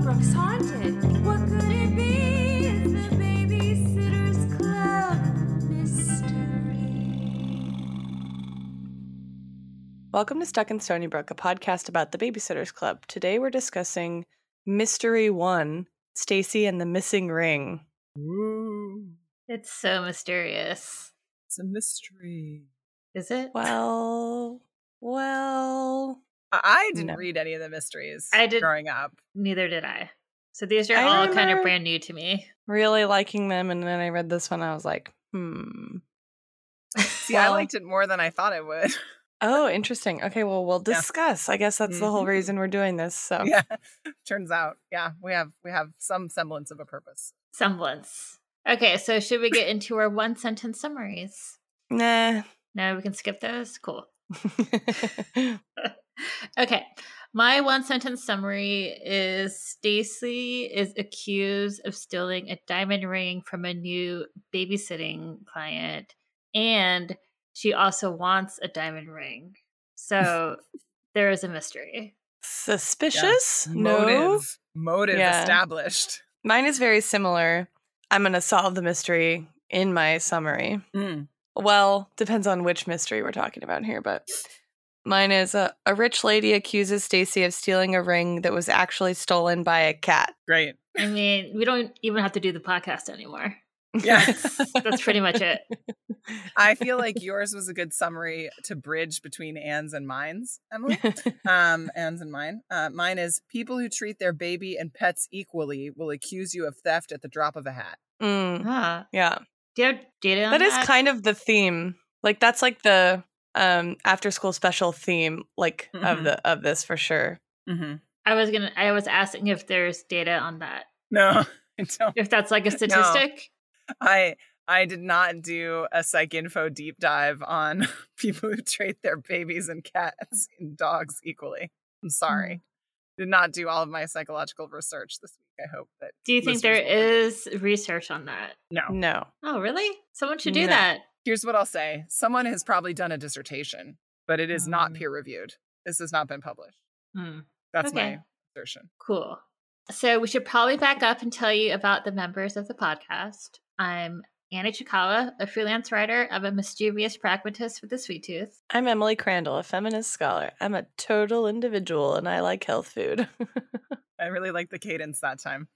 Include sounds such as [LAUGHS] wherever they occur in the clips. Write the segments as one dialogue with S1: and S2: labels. S1: Brooks haunted. What could it be? It's the Babysitter's Club mystery.
S2: Welcome to Stuck in Stony Brook, a podcast about the Babysitters Club. Today we're discussing Mystery One Stacy and the Missing Ring.
S3: Ooh,
S4: It's so mysterious.
S3: it's a mystery.
S4: Is it?
S2: Well, well.
S3: I I didn't
S2: No.
S3: read any of the mysteries
S4: I did-
S3: growing up.
S4: Neither did I. So these are
S2: I
S4: all kind
S2: remember-
S4: of brand new to me. [LAUGHS]
S2: Really liking them. And then I read this one. I was like, hmm.
S3: See, I
S2: Well-
S3: liked it more than I thought it would. [LAUGHS]
S2: Oh, interesting. Okay, well, we'll
S3: Yeah.
S2: discuss. I guess that's the whole
S3: Mhm.
S2: reason we're doing this. So,
S3: yeah, turns out, yeah, we have we have some semblance of a purpose.
S4: Semblance. Okay, so should we get into our one sentence summaries?
S3: [LAUGHS]
S2: nah. [LAUGHS]
S4: No, we can skip those. Cool. okay. My one sentence summary is Stacy is accused of stealing a diamond ring from a new babysitting client and she also wants a diamond ring. So there is a mystery.
S2: Suspicious? No.
S3: Motive, motive
S2: Yeah.
S3: established.
S2: Mine is very similar. I'm going to solve the mystery in my summary. Well, depends on which mystery we're talking about here, but mine is a, a rich lady accuses Stacy of stealing a ring that was actually stolen by a cat.
S3: Great.
S4: I mean, we don't even have to do the podcast anymore.
S3: Yes.
S4: That's pretty much it.
S3: I feel like yours was a good summary to bridge between Anne's and mine's,
S2: [LAUGHS]
S3: Emily. Um, Anne's and mine. Uh, mine is people who treat their baby and pets equally will accuse you of theft at the drop of a hat.
S2: [LAUGHS] Mm,
S4: Huh.
S2: yeah.
S4: Do you have data on
S2: That
S4: that?
S2: is kind of the theme. Like that's like the um after school special theme like of
S3: Mhm.
S2: the of this for sure.
S3: Mm-hmm.
S4: I was gonna. I was asking if there's data on that.
S3: No, [LAUGHS] I don't.
S4: If that's like a statistic.
S3: I I did not do a psych info deep dive on [LAUGHS] people who treat their babies and cats [LAUGHS] and dogs equally.
S4: Mm-hmm.
S3: I'm sorry. Did not do all of my psychological research this week. I hope that
S4: Do you think
S3: Listeners
S4: there
S3: will forget.
S4: is research on that?
S3: no.
S2: No.
S4: Oh, really? Someone should do
S2: No.
S4: that.
S3: Here's what I'll say. Someone has probably done a dissertation, but it is not
S4: Mm.
S3: peer reviewed. This has not been published.
S4: Hmm.
S3: That's
S4: Okay.
S3: my assertion.
S4: Cool. So we should probably back up and tell you about the members of the podcast. I'm Annie Chikawa, a freelance writer. I'm a mischievous pragmatist with a sweet tooth.
S2: I'm Emily Crandall, a feminist scholar. I'm a total individual and I like health food. [LAUGHS]
S3: I really like the cadence that time.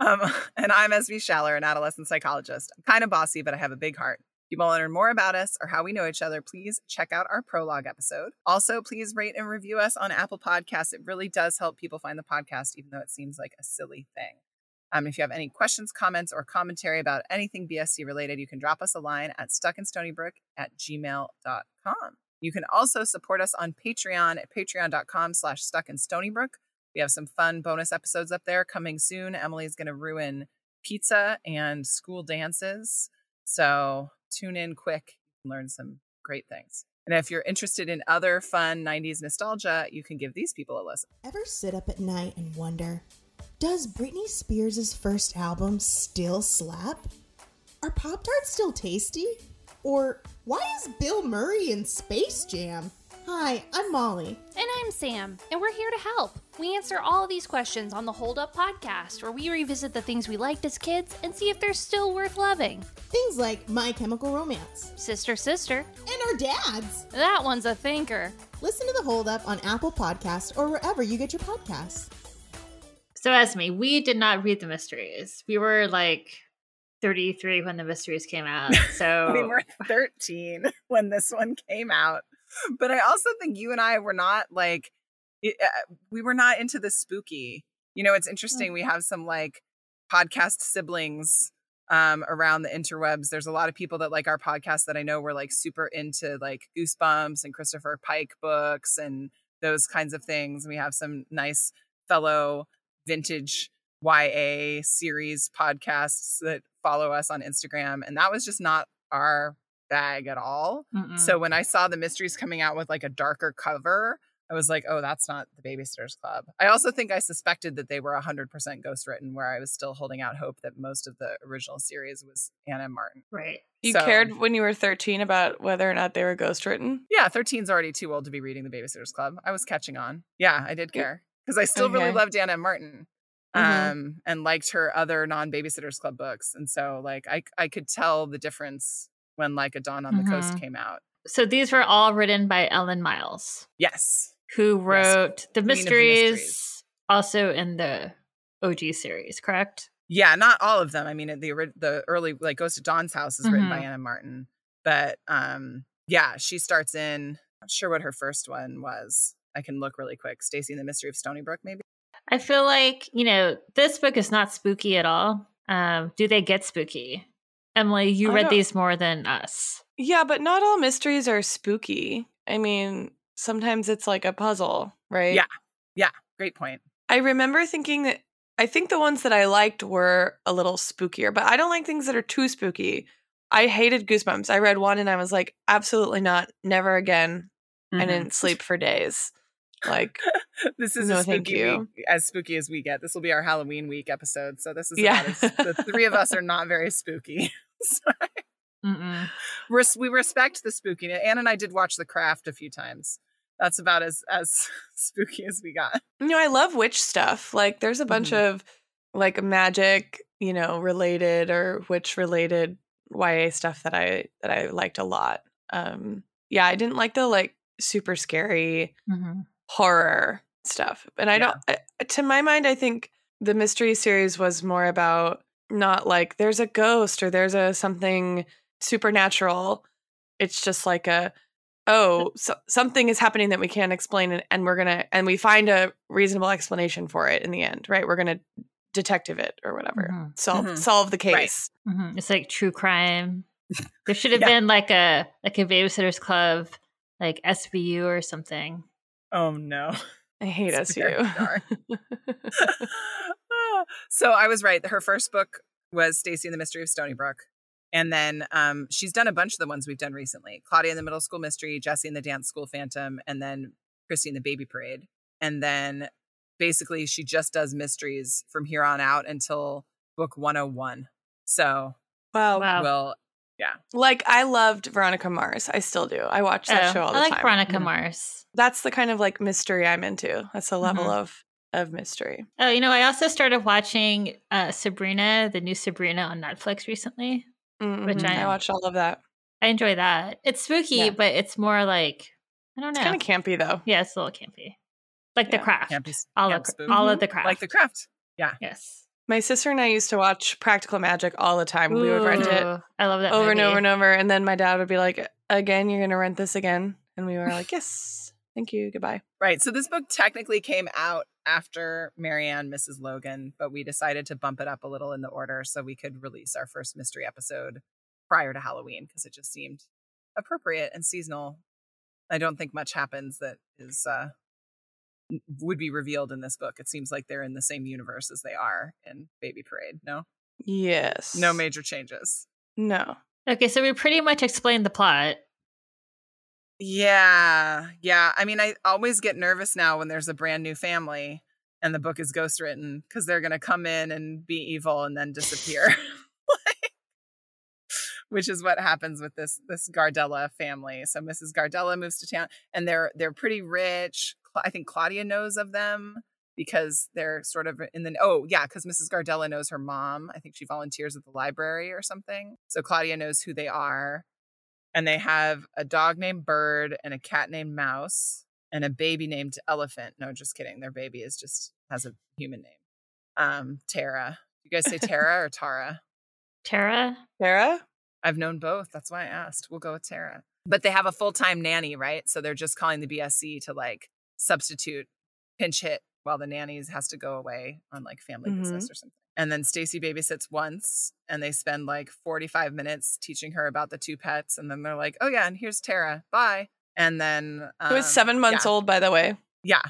S3: um, [LAUGHS] and I'm SB Schaller, an adolescent psychologist. I'm kind of bossy, but I have a big heart. If you want to learn more about us or how we know each other, please check out our prologue episode. Also, please rate and review us on Apple Podcasts. It really does help people find the podcast, even though it seems like a silly thing. Um, if you have any questions, comments, or commentary about anything BSC related, you can drop us a line at stuckinstonybrook at gmail.com. You can also support us on Patreon at patreon.com slash stuckinstonybrook. We have some fun bonus episodes up there coming soon. Emily's going to ruin pizza and school dances. So tune in quick and learn some great things. And if you're interested in other fun 90s nostalgia, you can give these people a listen.
S5: Ever sit up at night and wonder, does Britney Spears' first album still slap? Are Pop Tarts still tasty? Or why is Bill Murray in Space Jam? Hi, I'm Molly.
S6: And I'm Sam, and we're here to help. We answer all of these questions on the Hold Up podcast, where we revisit the things we liked as kids and see if they're still worth loving.
S5: Things like My Chemical Romance
S6: Sister, sister,
S5: and our dads.
S6: that one's a thinker.
S5: Listen to the Hold Up on Apple Podcasts or wherever you get your podcasts.
S4: So Esme, we did not read the mysteries. We were like 33 when the mysteries came out. So
S3: [LAUGHS] We were 13 [LAUGHS] when this one came out. But I also think you and I were not like, it, uh, we were not into the spooky. You know, it's interesting. We have some like podcast siblings um, around the interwebs. There's a lot of people that like our podcast that I know were like super into like Goosebumps and Christopher Pike books and those kinds of things. And we have some nice fellow vintage YA series podcasts that follow us on Instagram. And that was just not our bag at all.
S4: Mm-mm.
S3: [LAUGHS] So when I saw the mysteries coming out with like a darker cover, I was like, oh, that's not the Babysitters Club. I also think I suspected that they were 100% ghostwritten, where I was still holding out hope that most of the original series was Anna Martin.
S4: right.
S2: You
S3: So-
S2: cared when you were 13 about whether or not they were ghostwritten?
S3: Yeah, 13's already too old to be reading the Babysitters Club. I was catching on. Yeah, I did
S2: Yeah.
S3: care because I still really
S2: Okay.
S3: loved Anna and Martin.
S2: Mhm.
S3: um, and liked her other non Babysitters Club books. And so, like, I, I could tell the difference when, like, A Dawn on the Coast
S4: Mhm.
S3: came out.
S4: So these were all written by Ellen Miles,
S3: Yes.
S4: who wrote the,
S3: Queen of the
S4: mysteries,
S3: Mysteries.
S4: also in the OG series, correct?
S3: Yeah, not all of them. I mean, the ori- the early like Ghost of Dawn's House is written by
S2: Mm-hmm.
S4: Mhm.
S3: Anna Martin, but um, yeah, she starts in. Not sure what her first one was. I can look really quick. Stacy and the Mystery of Stony Brook, maybe.
S4: I feel like, you know, this book is not spooky at all. Um, do they get spooky? Emily, you
S2: I
S4: read
S2: don't-
S4: these more than us.
S2: Yeah, but not all mysteries are spooky. I mean, sometimes it's like a puzzle, right?
S3: Yeah. Great point.
S2: I remember thinking that I think the ones that I liked were a little spookier, but I don't like things that are too spooky. I hated Goosebumps. I read one and I was like, absolutely not, never again.
S3: Mm-hmm.
S2: I didn't sleep for days. Like,
S3: [LAUGHS] This is
S2: No,
S3: as
S2: thank
S3: spooky
S2: you.
S3: week, as spooky as we get. This will be our Halloween week episode, so this is
S2: Yeah.
S3: yeah. the three of us are not very spooky. [LAUGHS] So
S4: Mm-mm.
S3: res- we respect the spookiness. Anne and I did watch The Craft a few times. That's about as as [LAUGHS] spooky as we got.
S2: you know, I love witch stuff. Like, there's a bunch of like magic, you know, related or witch related YA stuff that I that I liked a lot. Um, yeah, I didn't like the like super scary
S4: Mhm.
S2: horror stuff. And I don't, I, to my mind, I think the mystery series was more about not like there's a ghost or there's a something supernatural. It's just like a, oh, so, something is happening that we can't explain and, and we're going to, and we find a reasonable explanation for it in the end, right? We're going to detective it or whatever,
S4: Mhm.
S2: solve,
S3: Mhm.
S2: solve the case.
S4: Mhm. It's like true crime.
S3: [LAUGHS]
S4: There should have
S3: Yeah.
S4: been like a like a babysitters club, like SVU or something.
S3: Oh no.
S2: I hate
S3: It's
S2: SU.
S3: very dark. [LAUGHS] so I was right. Her first book was Stacy and the Mystery of Stony Brook. And then um, she's done a bunch of the ones we've done recently Claudia and the Middle School Mystery, Jesse and the Dance School Phantom, and then Christy and the Baby Parade. And then basically she just does mysteries from here on out until book 101. So,
S2: wow.
S4: Wow.
S3: well,
S2: Like, I loved Veronica Mars. I still do. I watch that
S4: Oh,
S2: show all the
S4: I like
S2: time.
S4: Veronica
S2: Mhm.
S4: Mars.
S2: that's the kind of like mystery I'm into. That's the level
S3: Mm-hmm.
S4: Mhm.
S2: of of mystery.
S4: Oh, you know, I also started watching uh, Sabrina, the new Sabrina on Netflix recently.
S2: Mhm.
S4: I
S2: I,
S4: am.
S2: watched all of that.
S4: I enjoy that. It's spooky,
S2: Yeah.
S4: but it's more like I don't
S2: It's
S4: know.
S2: kind of campy though.
S4: yeah, it's a little campy, like the
S2: Yeah,
S4: craft.
S3: campy,
S4: all
S3: camp
S4: of
S3: spook.
S4: all of the craft.
S3: like the craft.
S4: yes.
S2: My sister and I used to watch Practical Magic all the time. we would rent it
S4: Ooh, I love that
S2: over and
S4: movie.
S2: over and over, and then my dad would be like, "Again, you're gonna rent this again," and we were like, "Yes, thank you, goodbye."
S3: Right. So this book technically came out after Marianne, Mrs. Logan, but we decided to bump it up a little in the order so we could release our first mystery episode prior to Halloween because it just seemed appropriate and seasonal. I don't think much happens that is uh n- would be revealed in this book. It seems like they're in the same universe as they are in Baby Parade. No,
S2: Yes.
S3: no major changes.
S2: No.
S4: Okay, so we pretty much explained the plot.
S3: Yeah, yeah. I mean, I always get nervous now when there's a brand new family and the book is ghostwritten because they're going to come in and be evil and then disappear. [LAUGHS] Like, Which is what happens with this this Gardella family. So Mrs. Gardella moves to town, and they're they're pretty rich. Cla- I think Claudia knows of them because they're sort of in the oh yeah because Mrs. Gardella knows her mom. I think she volunteers at the library or something. So Claudia knows who they are and they have a dog named Bird and a cat named Mouse and a baby named Elephant. No, just kidding. Their baby is just has a human name. Um, Tara. You guys say Tara or Tara?
S4: Tara.
S2: Sarah.
S3: I've known both. That's why I asked. We'll go with Tara. But they have a full time nanny, right? So they're just calling the BSC to like substitute pinch hit while the nanny has to go away on like family
S2: Mhm.
S3: business or something. And then Stacy babysits once and they spend like 45 minutes teaching her about the two pets. And then they're like, oh yeah, and here's Tara. Bye. And then
S2: Who is seven months old, by the way.
S3: Yeah.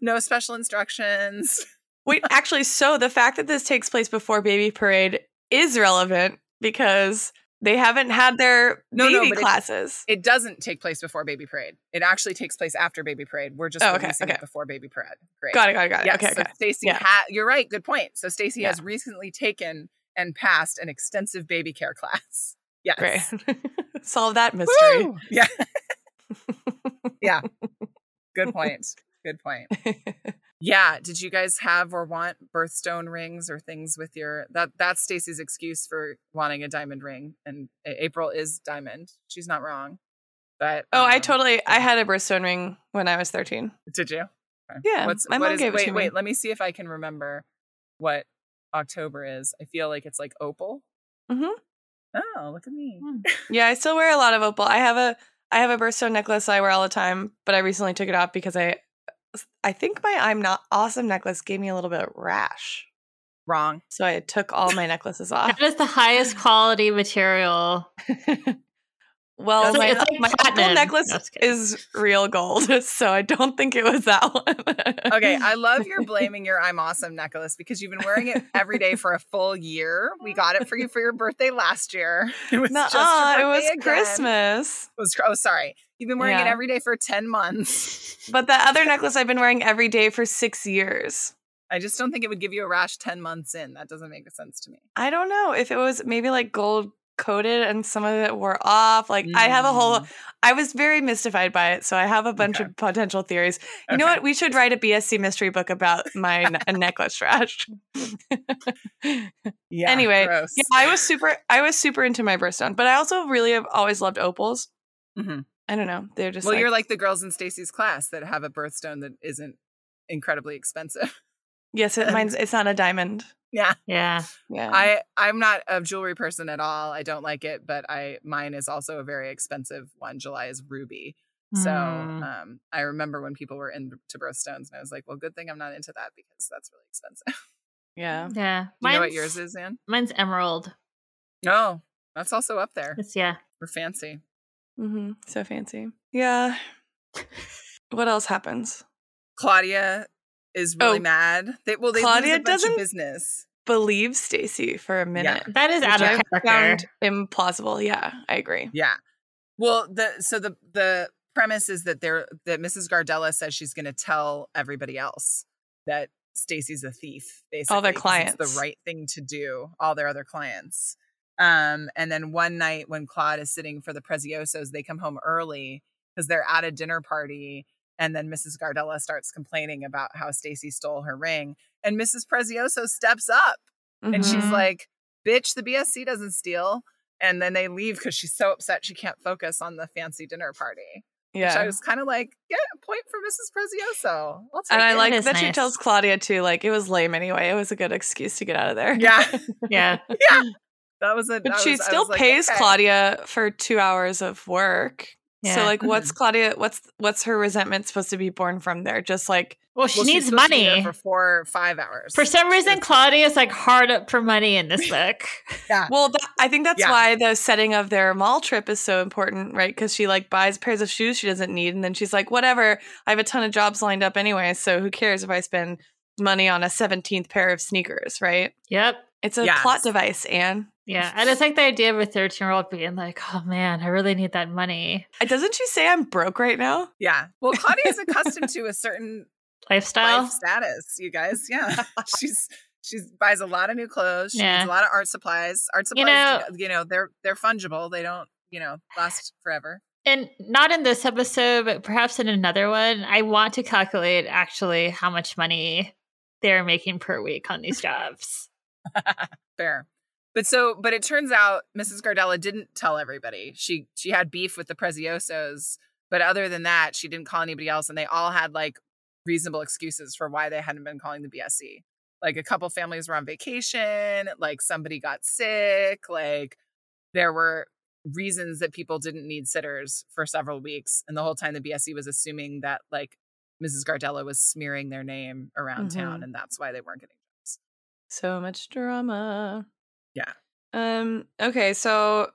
S3: No special instructions. [LAUGHS]
S2: Wait, actually, so the fact that this takes place before Baby Parade is relevant because they haven't had their
S3: No, no,
S2: baby
S3: but it-
S2: classes.
S3: It doesn't take place before Baby Parade. It actually takes place after Baby Parade. We're just
S2: Oh, okay,
S3: releasing
S2: okay.
S3: it before Baby Parade. Great.
S2: got it, got it, got it.
S3: Yeah,
S2: okay,
S3: so
S2: okay.
S3: Stacy
S2: Yeah.
S3: ha- you're right, good point. So Stacy
S2: Yeah.
S3: has recently taken and passed an extensive baby care class. [LAUGHS] Yes.
S2: Great.
S4: [LAUGHS]
S2: Solve that mystery.
S3: Woo! Yeah.
S2: [LAUGHS]
S3: Good point. Good point. Yeah. Did you guys have or want birthstone rings or things with your that that's Stacy's excuse for wanting a diamond ring. And A- April is diamond. She's not wrong. But
S2: [LAUGHS] Oh, I
S3: um,
S2: totally. I had a birthstone ring when I was thirteen.
S3: Did you? Okay.
S2: Yeah, my mom
S3: is-
S2: gave it
S3: wait,
S2: to me.
S3: wait, let me see if I can remember what October is. I feel like it's like opal.
S2: Mhm.
S3: Oh, look at me.
S2: Hmm. Yeah, I still wear a lot of opal. I have a I have a birthstone necklace I wear all the time, but I recently took it off because I I think my I'm not awesome necklace gave me a little bit of rash.
S3: Wrong.
S2: So I took all my
S4: [LAUGHS]
S2: necklaces off.
S4: That is the highest quality material.
S2: well,
S4: It's
S2: my,
S4: like- it's like
S2: my opal
S4: platinum.
S2: necklace
S4: No, just kidding.
S2: is real gold, [LAUGHS] so I don't think it was that one. [LAUGHS]
S3: Okay, [LAUGHS] I love your blaming your I'm awesome necklace because you've been wearing it every day for a full year. We got it for you for your birthday last year. [LAUGHS] It was
S2: Nuh-uh,
S3: just your
S2: it was
S3: birthday again.
S2: Christmas.
S3: It was- oh, sorry. You've been wearing it
S2: Yeah.
S3: every day for 10 months.
S2: But the other necklace I've been wearing every day for six years.
S3: I just don't think it would give you a rash 10 months in. That doesn't make sense to me.
S2: I don't know if it was maybe like gold coated and some of it wore off. Like I have a whole I was very mystified by it, so I have a bunch
S3: Mm. Okay.
S2: of potential theories. You know
S3: Okay.
S2: what? We should write a BSC mystery book about my ne- a necklace
S3: [LAUGHS]
S2: trash.
S3: Yeah,
S2: Anyway,
S3: gross.
S2: yeah, I was super I was super into my birthstone, but I also really have always loved opals.
S3: Mhm.
S2: I don't know. They're just
S3: Well,
S2: like,
S3: you're like the girls in Stacy's class that have a birthstone that isn't incredibly expensive.
S2: yes, it, mine's it's not a diamond.
S3: Yeah.
S4: Yeah.
S2: Yeah.
S3: I I'm not a jewelry person at all. I don't like it, but I mine is also a very expensive one. July is ruby. So
S4: Mm.
S3: um, I remember when people were into birthstones, and I was like, "Well, good thing I'm not into that because that's really expensive." [LAUGHS]
S2: yeah.
S3: um,
S4: yeah.
S3: Do you know what
S4: Mine's-
S3: yours is, Anne?
S4: Mine's emerald.
S3: No, that's also up there.
S4: It's yeah.
S3: We're fancy.
S2: hmm So fancy.
S3: [LAUGHS]
S2: Yeah. what else happens?
S3: Claudia is really
S2: Oh.
S3: mad. They, well, they
S2: Claudia
S3: lose a bunch
S2: doesn't-
S3: of business.
S2: Believe Stacy for a minute.
S4: That is
S2: which
S4: out
S2: I
S4: of character.
S2: found implausible. Yeah, I agree.
S3: Yeah. Well, the so the the premise is that they're that Mrs. Gardella says she's going to tell everybody else that Stacy's a thief. Basically, 'cause It's
S2: clients.
S3: the right thing to do. All their other clients. Um, and then one night when Claude is sitting for the Preziosos, they come home early because they're at a dinner party. And then Mrs. Gardella starts complaining about how Stacy stole her ring. And Mrs. Prezioso steps up and
S2: Mm-hmm.
S3: she's
S4: Mhm.
S3: like, "Bitch, the BSC doesn't steal." And then they leave because she's so upset she can't focus on the fancy dinner party. Which I
S2: yeah.
S3: was kind of like, "Yeah, a point for Mrs. Prezioso." I'll take
S2: And I
S3: it."
S2: like
S4: is
S2: that she
S4: nice.
S2: tells Claudia too, like it was lame anyway. It was a good excuse to get out of there.
S3: [LAUGHS] yeah,
S4: Yeah.
S3: that was a.
S2: [LAUGHS] But
S3: that
S2: she
S3: was- I
S2: still
S3: was like,
S2: pays
S3: okay.
S2: Claudia for two hours of work. So
S4: Yeah. Mm-hmm.
S2: like what's Claudia what's what's her resentment supposed to be born from there? Just like
S4: Well, she
S3: Well, she's
S4: needs
S3: supposed to be there
S4: money.
S3: for four or five hours.
S4: For some reason,
S3: It's-
S4: Claudia is like hard up for money in this
S3: [LAUGHS]
S4: book.
S2: well that, I think that's
S3: Yeah.
S2: why the setting of their mall trip is so important, right? Cuz she like buys pairs of shoes she doesn't need and then she's like whatever, I have a ton of jobs lined up anyway, so who cares if I spend money on a 17th pair of sneakers, right?
S4: yep.
S2: It's a
S3: Yes.
S2: plot device, Anne.
S4: Yeah. I just like the idea of a 13 year old being like, oh man, I really need that money.
S2: Uh, Doesn't she say I'm broke right now?
S3: yeah. Well, Claudia's accustomed to a certain
S4: Lifestyle.
S3: life status, you guys. Yeah. [LAUGHS] she's she's buys a lot of new clothes. She
S4: Yeah.
S3: needs a lot of art supplies. Art supplies,
S4: You
S3: you know, they're they're fungible. They don't, you know, last forever.
S4: And not in this episode, but perhaps in another one. I want to calculate actually how much money they're making per week on
S3: [LAUGHS]
S4: these jobs.
S3: Fair. But so, but it turns out Mrs. Gardella didn't tell everybody. She she had beef with the Preziosos, but other than that, she didn't call anybody else, and they all had like reasonable excuses for why they hadn't been calling the BSC. Like a couple families were on vacation, like somebody got sick, like there were reasons that people didn't need sitters for several weeks, and the whole time the BSC was assuming that like Mrs. Gardella was smearing their name around town,
S2: Mhm.
S3: and that's why they weren't getting jobs.
S2: So much drama.
S3: Yeah.
S2: Um okay, so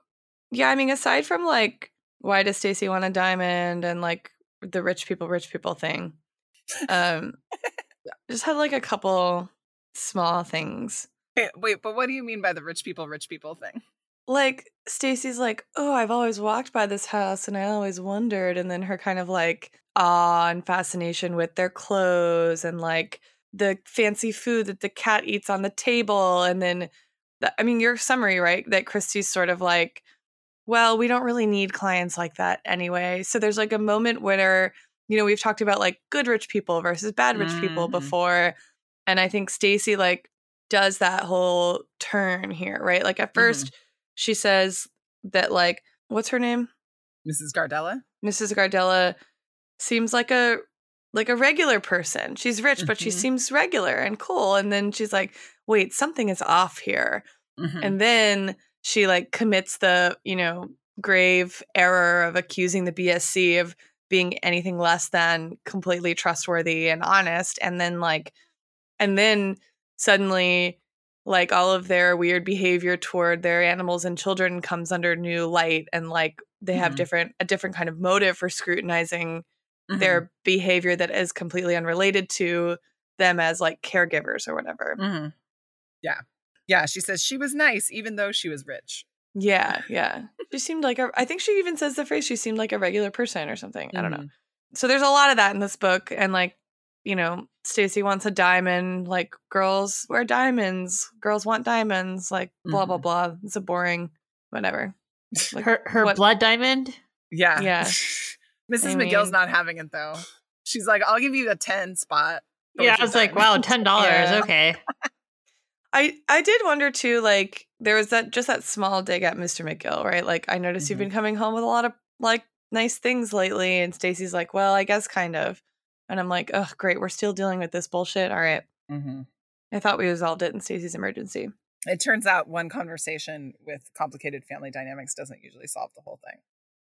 S2: yeah, I mean aside from like why does Stacy want a diamond and like the rich people rich people thing. Um just had like a couple small things.
S3: Wait, Eh, wait, but what do you mean by the rich people, rich people thing?
S2: Like Stacy's like, "Oh, I've always walked by this house and I always wondered." And then her kind of like awe and fascination with their clothes and like the fancy food that the cat eats on the table and then the, I mean your summary, right? That Christie's sort of like, "Well, we don't really need clients like that anyway." So there's like a moment where you know, we've talked about like good rich people versus bad rich people
S3: Mhm.
S2: before. And I think Stacy like does that whole turn here, right? Like at 1st she says that like what's her name?
S3: Mrs. Gardella?
S2: Mrs. Gardella seems like a like a regular person. She's rich, but she
S3: Mhm.
S2: seems regular and cool. And then she's like, wait, something is off here.
S4: Mm-hmm,
S3: Mhm.
S2: And then she like commits the, you know, grave error of accusing the BSC of being anything less than completely trustworthy and honest. And then like and then suddenly like all of their weird behavior toward their animals and children comes under new light and like they have
S3: Mhm.
S2: different a different kind of motive for scrutinizing
S4: mm-hmm,
S3: Mhm.
S2: their behavior that is completely unrelated to them as like caregivers or whatever.
S4: mm-hmm.
S3: Mhm. Yeah. Yeah. She says she was nice even though she was rich.
S2: Yeah, yeah. She seemed like a. I think she even says the phrase "she seemed like a regular person" or something. I don't know. So there's a lot of that in this book, and like, you know, Stacy wants a diamond. Like, girls wear diamonds. Girls want diamonds. Like, blah blah
S3: Mhm.
S2: blah. It's a boring, whatever. Like,
S4: her her
S2: what-
S4: blood diamond.
S3: Yeah.
S2: Yeah.
S3: [LAUGHS] Mrs.
S2: I
S3: McGill's
S2: mean-
S3: not having it though. She's like, I'll give you a 10 spot. but
S4: Yeah,
S3: with
S4: I
S3: your
S4: was like, wow,
S3: [LAUGHS] diamond."
S4: ten [LAUGHS] dollars.
S2: Yeah.
S4: Okay.
S2: I I did wonder too. Like, there was that just that small dig at Mr. McGill, right? Like, I noticed you've
S3: Mhm.
S2: been coming home with a lot of like nice things lately, and Stacy's like, "Well, I guess kind of," and I'm like, "Oh, great, we're still dealing with this bullshit." All right.
S3: Mhm.
S2: I thought we resolved it in Stacy's emergency.
S3: It turns out one conversation with complicated family dynamics doesn't usually solve the whole thing.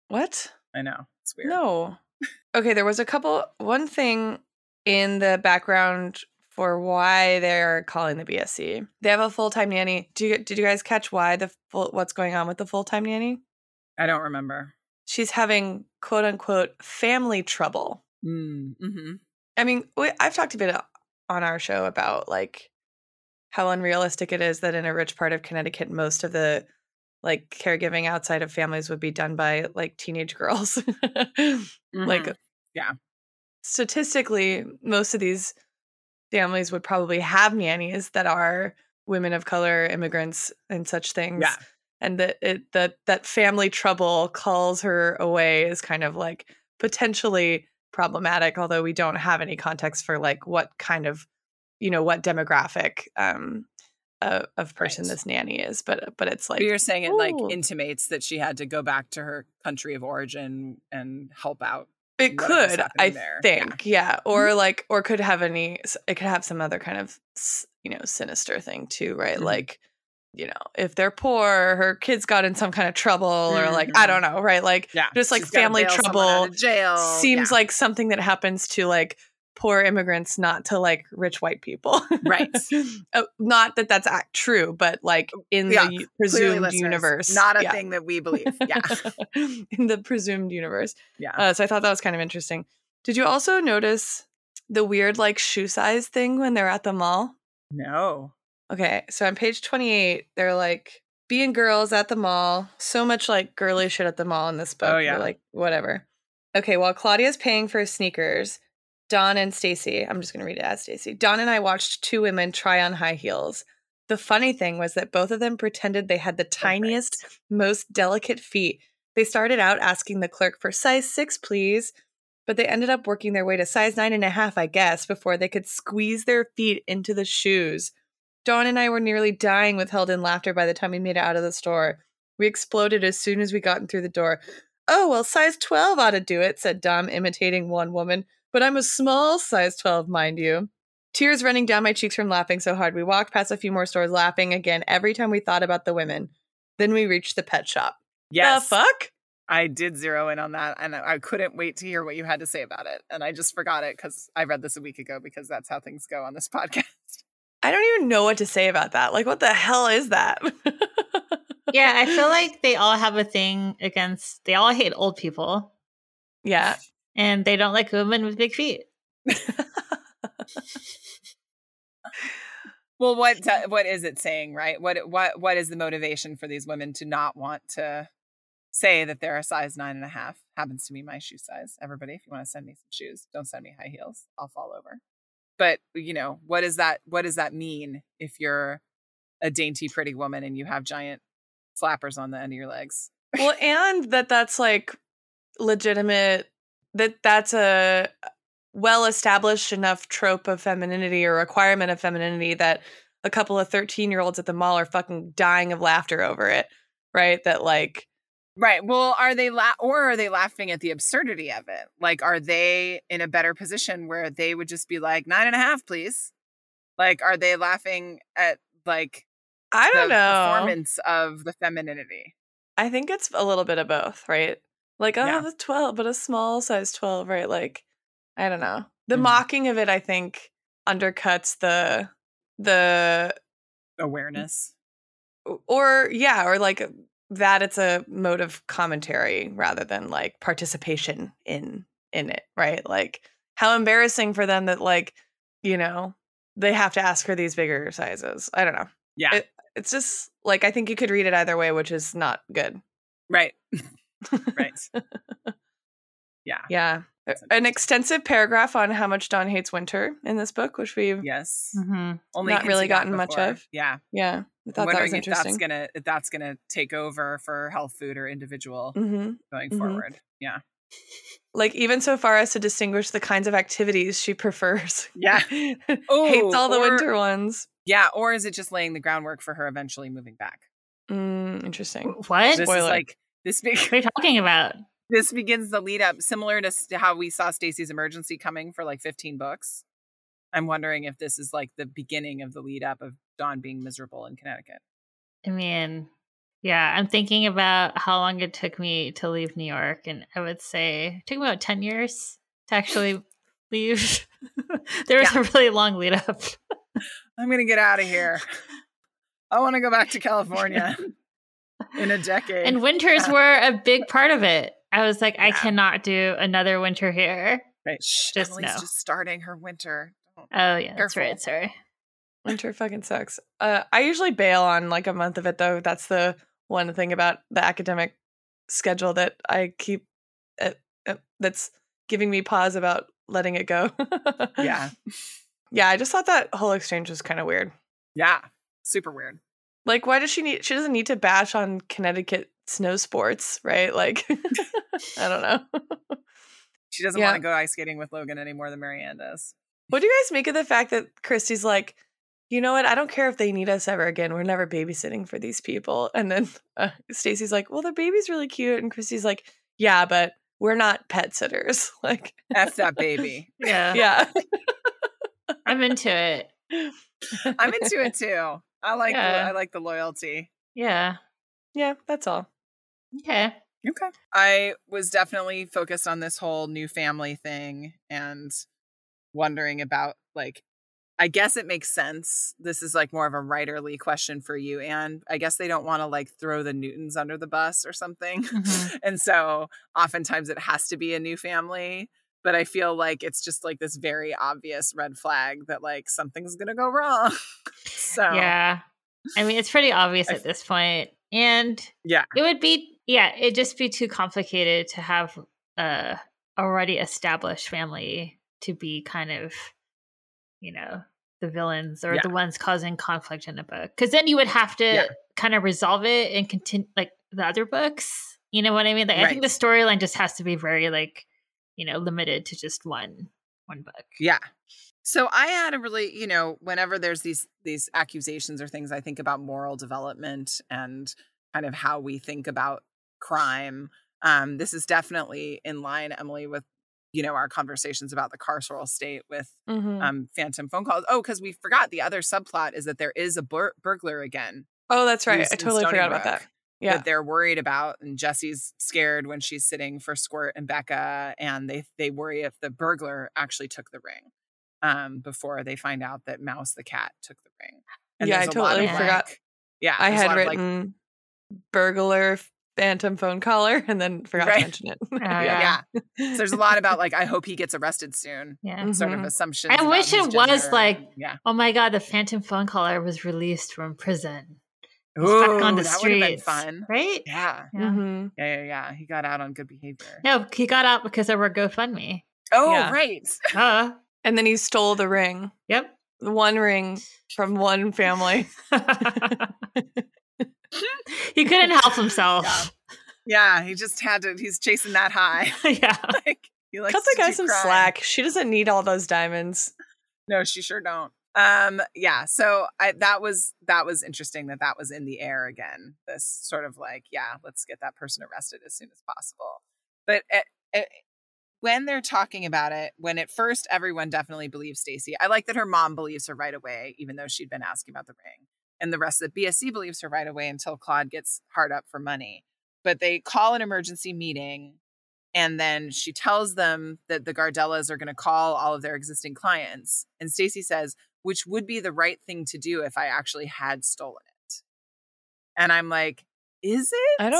S2: What?
S3: I know. It's weird.
S2: No. Okay, there was a couple one thing in the background for why they're calling the BSC. They have a full-time nanny. Do you did you guys catch why the full, what's going on with the full-time nanny?
S3: I don't remember.
S2: She's having quote unquote family trouble.
S3: Mm. hmm
S2: I mean, we, I've talked a bit uh, on our show about like how unrealistic it is that in a rich part of Connecticut, most of the like caregiving outside of families would be done by like teenage [LAUGHS] girls.
S3: mm-hmm.
S2: Like,
S3: Yeah.
S2: Mm-hmm. Statistically, most of these families would probably have nannies that are women of color, immigrants, and such things.
S3: Yeah.
S2: And that it that that family trouble calls her away is kind of like potentially problematic, although we don't have any context for like what kind of you know what demographic um of, of person
S3: Right.
S2: this nanny is, but but it's like
S3: But you're saying it like
S2: ooh.
S3: intimates that she had to go back to her country of origin and help out.
S2: it
S3: what was
S2: could i
S3: happening there. Yeah. Mm-hmm.
S2: think yeah, or like or could have any s- it could have some other kind of s- you know sinister thing too right
S3: Mhm.
S2: like you know if they're poor her kids got in some kind of trouble or like i
S3: Mhm.
S2: don't know right like
S3: Yeah.
S2: Just, like,
S3: She's gotta
S2: family
S3: bail someone out
S2: trouble
S3: of jail.
S2: seems
S3: [LAUGHS]
S2: like something that happens to like poor immigrants not to like rich white people [LAUGHS]
S3: Right. Oh,
S2: Uh, not that that's act true but like in
S3: Yeah,
S2: the u-
S3: Clearly,
S2: presumed
S3: listeners,
S2: universe
S3: Not a
S2: Yeah.
S3: thing that we believe. Yeah.
S2: [LAUGHS] in the presumed universe
S3: [LAUGHS] Yeah.
S2: Uh, so I thought that was kind of interesting. Did you also notice the weird like shoe size thing when they're at the mall?
S3: [LAUGHS] no.
S2: Okay, so on page 28, they're like being girls at the mall. So much like girly shit at the mall in this book.
S3: Oh,
S2: We're
S3: yeah.
S2: Like whatever. Okay, while Claudia's paying for sneakers, Don and Stacy, I'm just going to read it as Stacy. Don and I watched two women try on high heels. The funny thing was that both of them pretended they
S3: Oh,
S2: had the tiniest most delicate feet. They started out asking the clerk for size six, please, but they ended up working their way to size nine and a half, I guess, before they could squeeze their feet into the shoes. Dawn and I were nearly dying with held in laughter by the time we made it out of the store. We exploded as soon as we got in through the door. Oh, well, size 12 ought to do it, said Dom, imitating one woman, but I'm a small size 12, mind you. Tears running down my cheeks from laughing so hard. We walked past a few more stores, laughing again every time we thought about the women. Then we reached the pet shop.
S3: Yes.
S2: The fuck?
S3: I did zero in on that and I I couldn't wait to hear what you had to say about it. And I just forgot it because I read this a week ago because that's how things go on this [LAUGHS] podcast.
S2: I don't even know what to say about that. Like, what the hell is that? [LAUGHS]
S4: yeah, I feel like they all have a thing against. They all hate old people,
S2: yeah.
S4: and they don't like women with big feet.
S3: Well, what do- what is it saying, right? What what what is the motivation for these women to not want to say that they're a size nine and a half? Happens to be my shoe size. Everybody, if you want to send me some shoes, don't send me high heels. I'll fall over. But you know, what is that? What does that mean if you're a dainty, pretty woman and you have giant flappers on the end of your legs?
S2: Well, and that that's like legitimate that that's a well established enough trope of femininity or requirement of femininity that a couple of 13 year olds at the mall are fucking dying of laughter over it right that like
S3: Right. Well, are they la- or are they laughing at the absurdity of it? Like, are they in a better position where they would just be like nine and a half, please? Like, are they laughing at like
S2: i
S3: the
S2: don't know
S3: performance of the femininity?
S2: i think it's a little bit of both right like oh
S3: Yeah.
S2: the 12 but a small size 12 right like i don't know the
S3: Mhm.
S2: mocking of it i think undercuts the the Mm.
S3: Awareness.
S2: or yeah or like uh, that it's a mode of commentary rather than like participation in in it right like how embarrassing for them that like you know they have to ask for these bigger sizes i don't know
S3: Yeah.
S2: It- it's just like i think you could read it either way which is not good [LAUGHS]
S3: right. Right. yeah.
S2: yeah an extensive paragraph on how much don hates winter in this book which we've yeah,
S3: Yes.
S4: Mhm.
S3: Only
S2: Mm, Not really
S3: hinted at
S2: gotten much
S3: before.
S2: of.
S3: Yeah.
S2: i
S3: I'm
S2: thought that was
S3: wondering if that's
S2: interesting
S3: gonna if that's gonna take over for health food or individual
S2: hmm
S3: going
S2: Mhm.
S3: forward. Yeah.
S2: like even so far as to distinguish the kinds of activities she prefers [LAUGHS]
S3: [LAUGHS] Yeah. Oh,
S2: hates all the
S3: or-
S2: winter ones.
S3: Yeah, or is it just laying the groundwork for her eventually moving back?
S2: Mm, interesting.
S4: What?
S3: This is
S2: Spoiler.
S3: like this big
S4: what are you talking about?
S3: [LAUGHS] this begins the lead up similar to s- to how we saw Stacy's emergency coming for like 15 books. I'm wondering if this is like the beginning of the lead up of Dawn being miserable in Connecticut.
S4: I mean, yeah, I'm thinking about how long it took me to leave New York, and I would say it took me about ten years to actually leave. [LAUGHS] there was a really long lead up.
S3: I'm going to get out of here. I want to go back to California in a decade.
S4: And winters were a big part of it. I was like, I
S3: Yeah.
S4: cannot do another winter here.
S3: right. Shh,
S4: just
S3: Emily's
S4: no.
S3: just starting her winter.
S4: [LAUGHS] Oh yeah, that's
S3: Careful.
S4: right. Sorry.
S2: Winter fucking sucks. Uh, I usually bail on like a month of it though. That's the one thing about the academic schedule that I keep uh, uh, that's giving me pause about letting it go. [LAUGHS]
S3: Yeah.
S2: Yeah, I just thought that whole exchange was kind of weird.
S3: Yeah. Super weird.
S2: Like why does she need she doesn't need to bash on Connecticut snow sports, right? Like [LAUGHS] I don't
S3: [LAUGHS]
S2: know.
S3: She doesn't
S2: Yeah.
S3: want to go ice skating with Logan any more than Marianne does.
S2: What do you guys make of the fact that Christy's like, you know what? I don't care if they need us ever again. We're never babysitting for these people. And then [LAUGHS] uh, Stacy's like, well, their baby's really cute. And Christy's like, yeah, but we're not pet sitters. [LAUGHS] Like,
S3: [LAUGHS] F that baby.
S4: Yeah,
S2: yeah.
S4: I'm into it.
S3: I'm into it too. I like
S4: Yeah.
S3: the, I like the loyalty.
S4: Yeah.
S2: [LAUGHS] Yeah, that's all.
S4: Okay.
S3: Okay. I was definitely focused on this whole new family thing and wondering about like I guess it makes sense. This is like more of a writerly question for you, Anne. I guess they don't want to like throw the Newtons under the bus or something.
S4: Mhm.
S3: [LAUGHS] and so oftentimes it has to be a new family. But I feel like it's just like this very obvious red flag that like something's gonna go wrong. [LAUGHS] so
S4: Yeah. I mean, it's pretty obvious
S3: I
S4: at this point, and
S3: Yeah.
S4: it would be yeah, it'd just be too complicated to have a already established family to be kind of, you know, the villains or
S3: Yeah.
S4: the ones causing conflict in the book, because then you would have to
S3: Yeah.
S4: kind of resolve it and continue like the other books. You know what I mean? Like, I think
S3: Right.
S4: the storyline just has to be very like, you know, limited to just one one book.
S3: Yeah. [LAUGHS] So I had a really, you know, whenever there's these these accusations or things, I think about moral development and kind of how we think about crime. Um, this is definitely in line, Emily, with you know our conversations about the carceral state with
S2: Mhm.
S3: um, phantom phone calls. Oh, because we forgot the other subplot is that there is a bur- burglar again.
S2: oh, that's right.
S3: who's
S2: I
S3: in
S2: totally
S3: Stony
S2: forgot about
S3: Brook
S2: that. Yeah.
S3: that they're worried about, and Jesse's scared when she's sitting for Squirt and Becca, and they they worry if the burglar actually took the ring um, before they find out that Mouse the cat took the ring.
S2: Yeah, I
S3: there's a lot
S4: totally
S3: of,
S2: forgot.
S3: like- yeah,
S2: I
S3: there's a
S2: had
S3: lot of, like-
S2: written burglar, phantom phone caller, and then forgot
S3: Right.
S2: to mention it.
S4: yeah.
S3: yeah. So there's a lot about like I hope he gets arrested soon.
S4: Yeah.
S3: Sort of
S2: Mhm.
S3: assumptions.
S4: Mm-hmm. I
S3: about
S4: wish
S3: his
S4: it was,
S3: gender.
S4: like-
S3: yeah.
S4: Oh my god, the phantom phone caller was released from prison. He's back on
S3: Ooh,
S4: the
S3: that would've been
S4: streets,
S3: fun.
S4: right?
S3: Yeah.
S4: Yeah.
S2: Mhm.
S3: yeah, yeah, yeah. He got out on good behavior.
S4: No, he got out because there were GoFundMe.
S3: Oh,
S2: Yeah.
S3: right. [LAUGHS]
S4: Duh.
S2: And then he stole the ring,
S4: Yep.
S2: one ring from one family.
S4: [LAUGHS]
S2: [LAUGHS]
S4: he couldn't help himself.
S3: Yeah, he just had to. He's chasing that high.
S4: [LAUGHS] Yeah.
S3: [LAUGHS] like He [LAUGHS] likes
S2: Cut the
S3: to
S2: guy
S3: do
S2: some
S3: crime.
S2: slack. She doesn't need all those diamonds.
S3: [LAUGHS] No, she sure don't. Um, yeah. So I, that was that was interesting that that was in the air again. This sort of like, yeah, let's get that person arrested as soon as possible. But it, it, when they're talking about it, when at first everyone definitely believes Stacy. I like that her mom believes her right away, even though she'd been asking about the ring, and the rest of the BSC believes her right away until Claude gets hard up for money. But they call an emergency meeting and then she tells them that the Gardellas are going to call all of their existing clients. And Stacy says, which would be the right thing to do if I actually had stolen it. And I'm like, is it?
S2: I don't.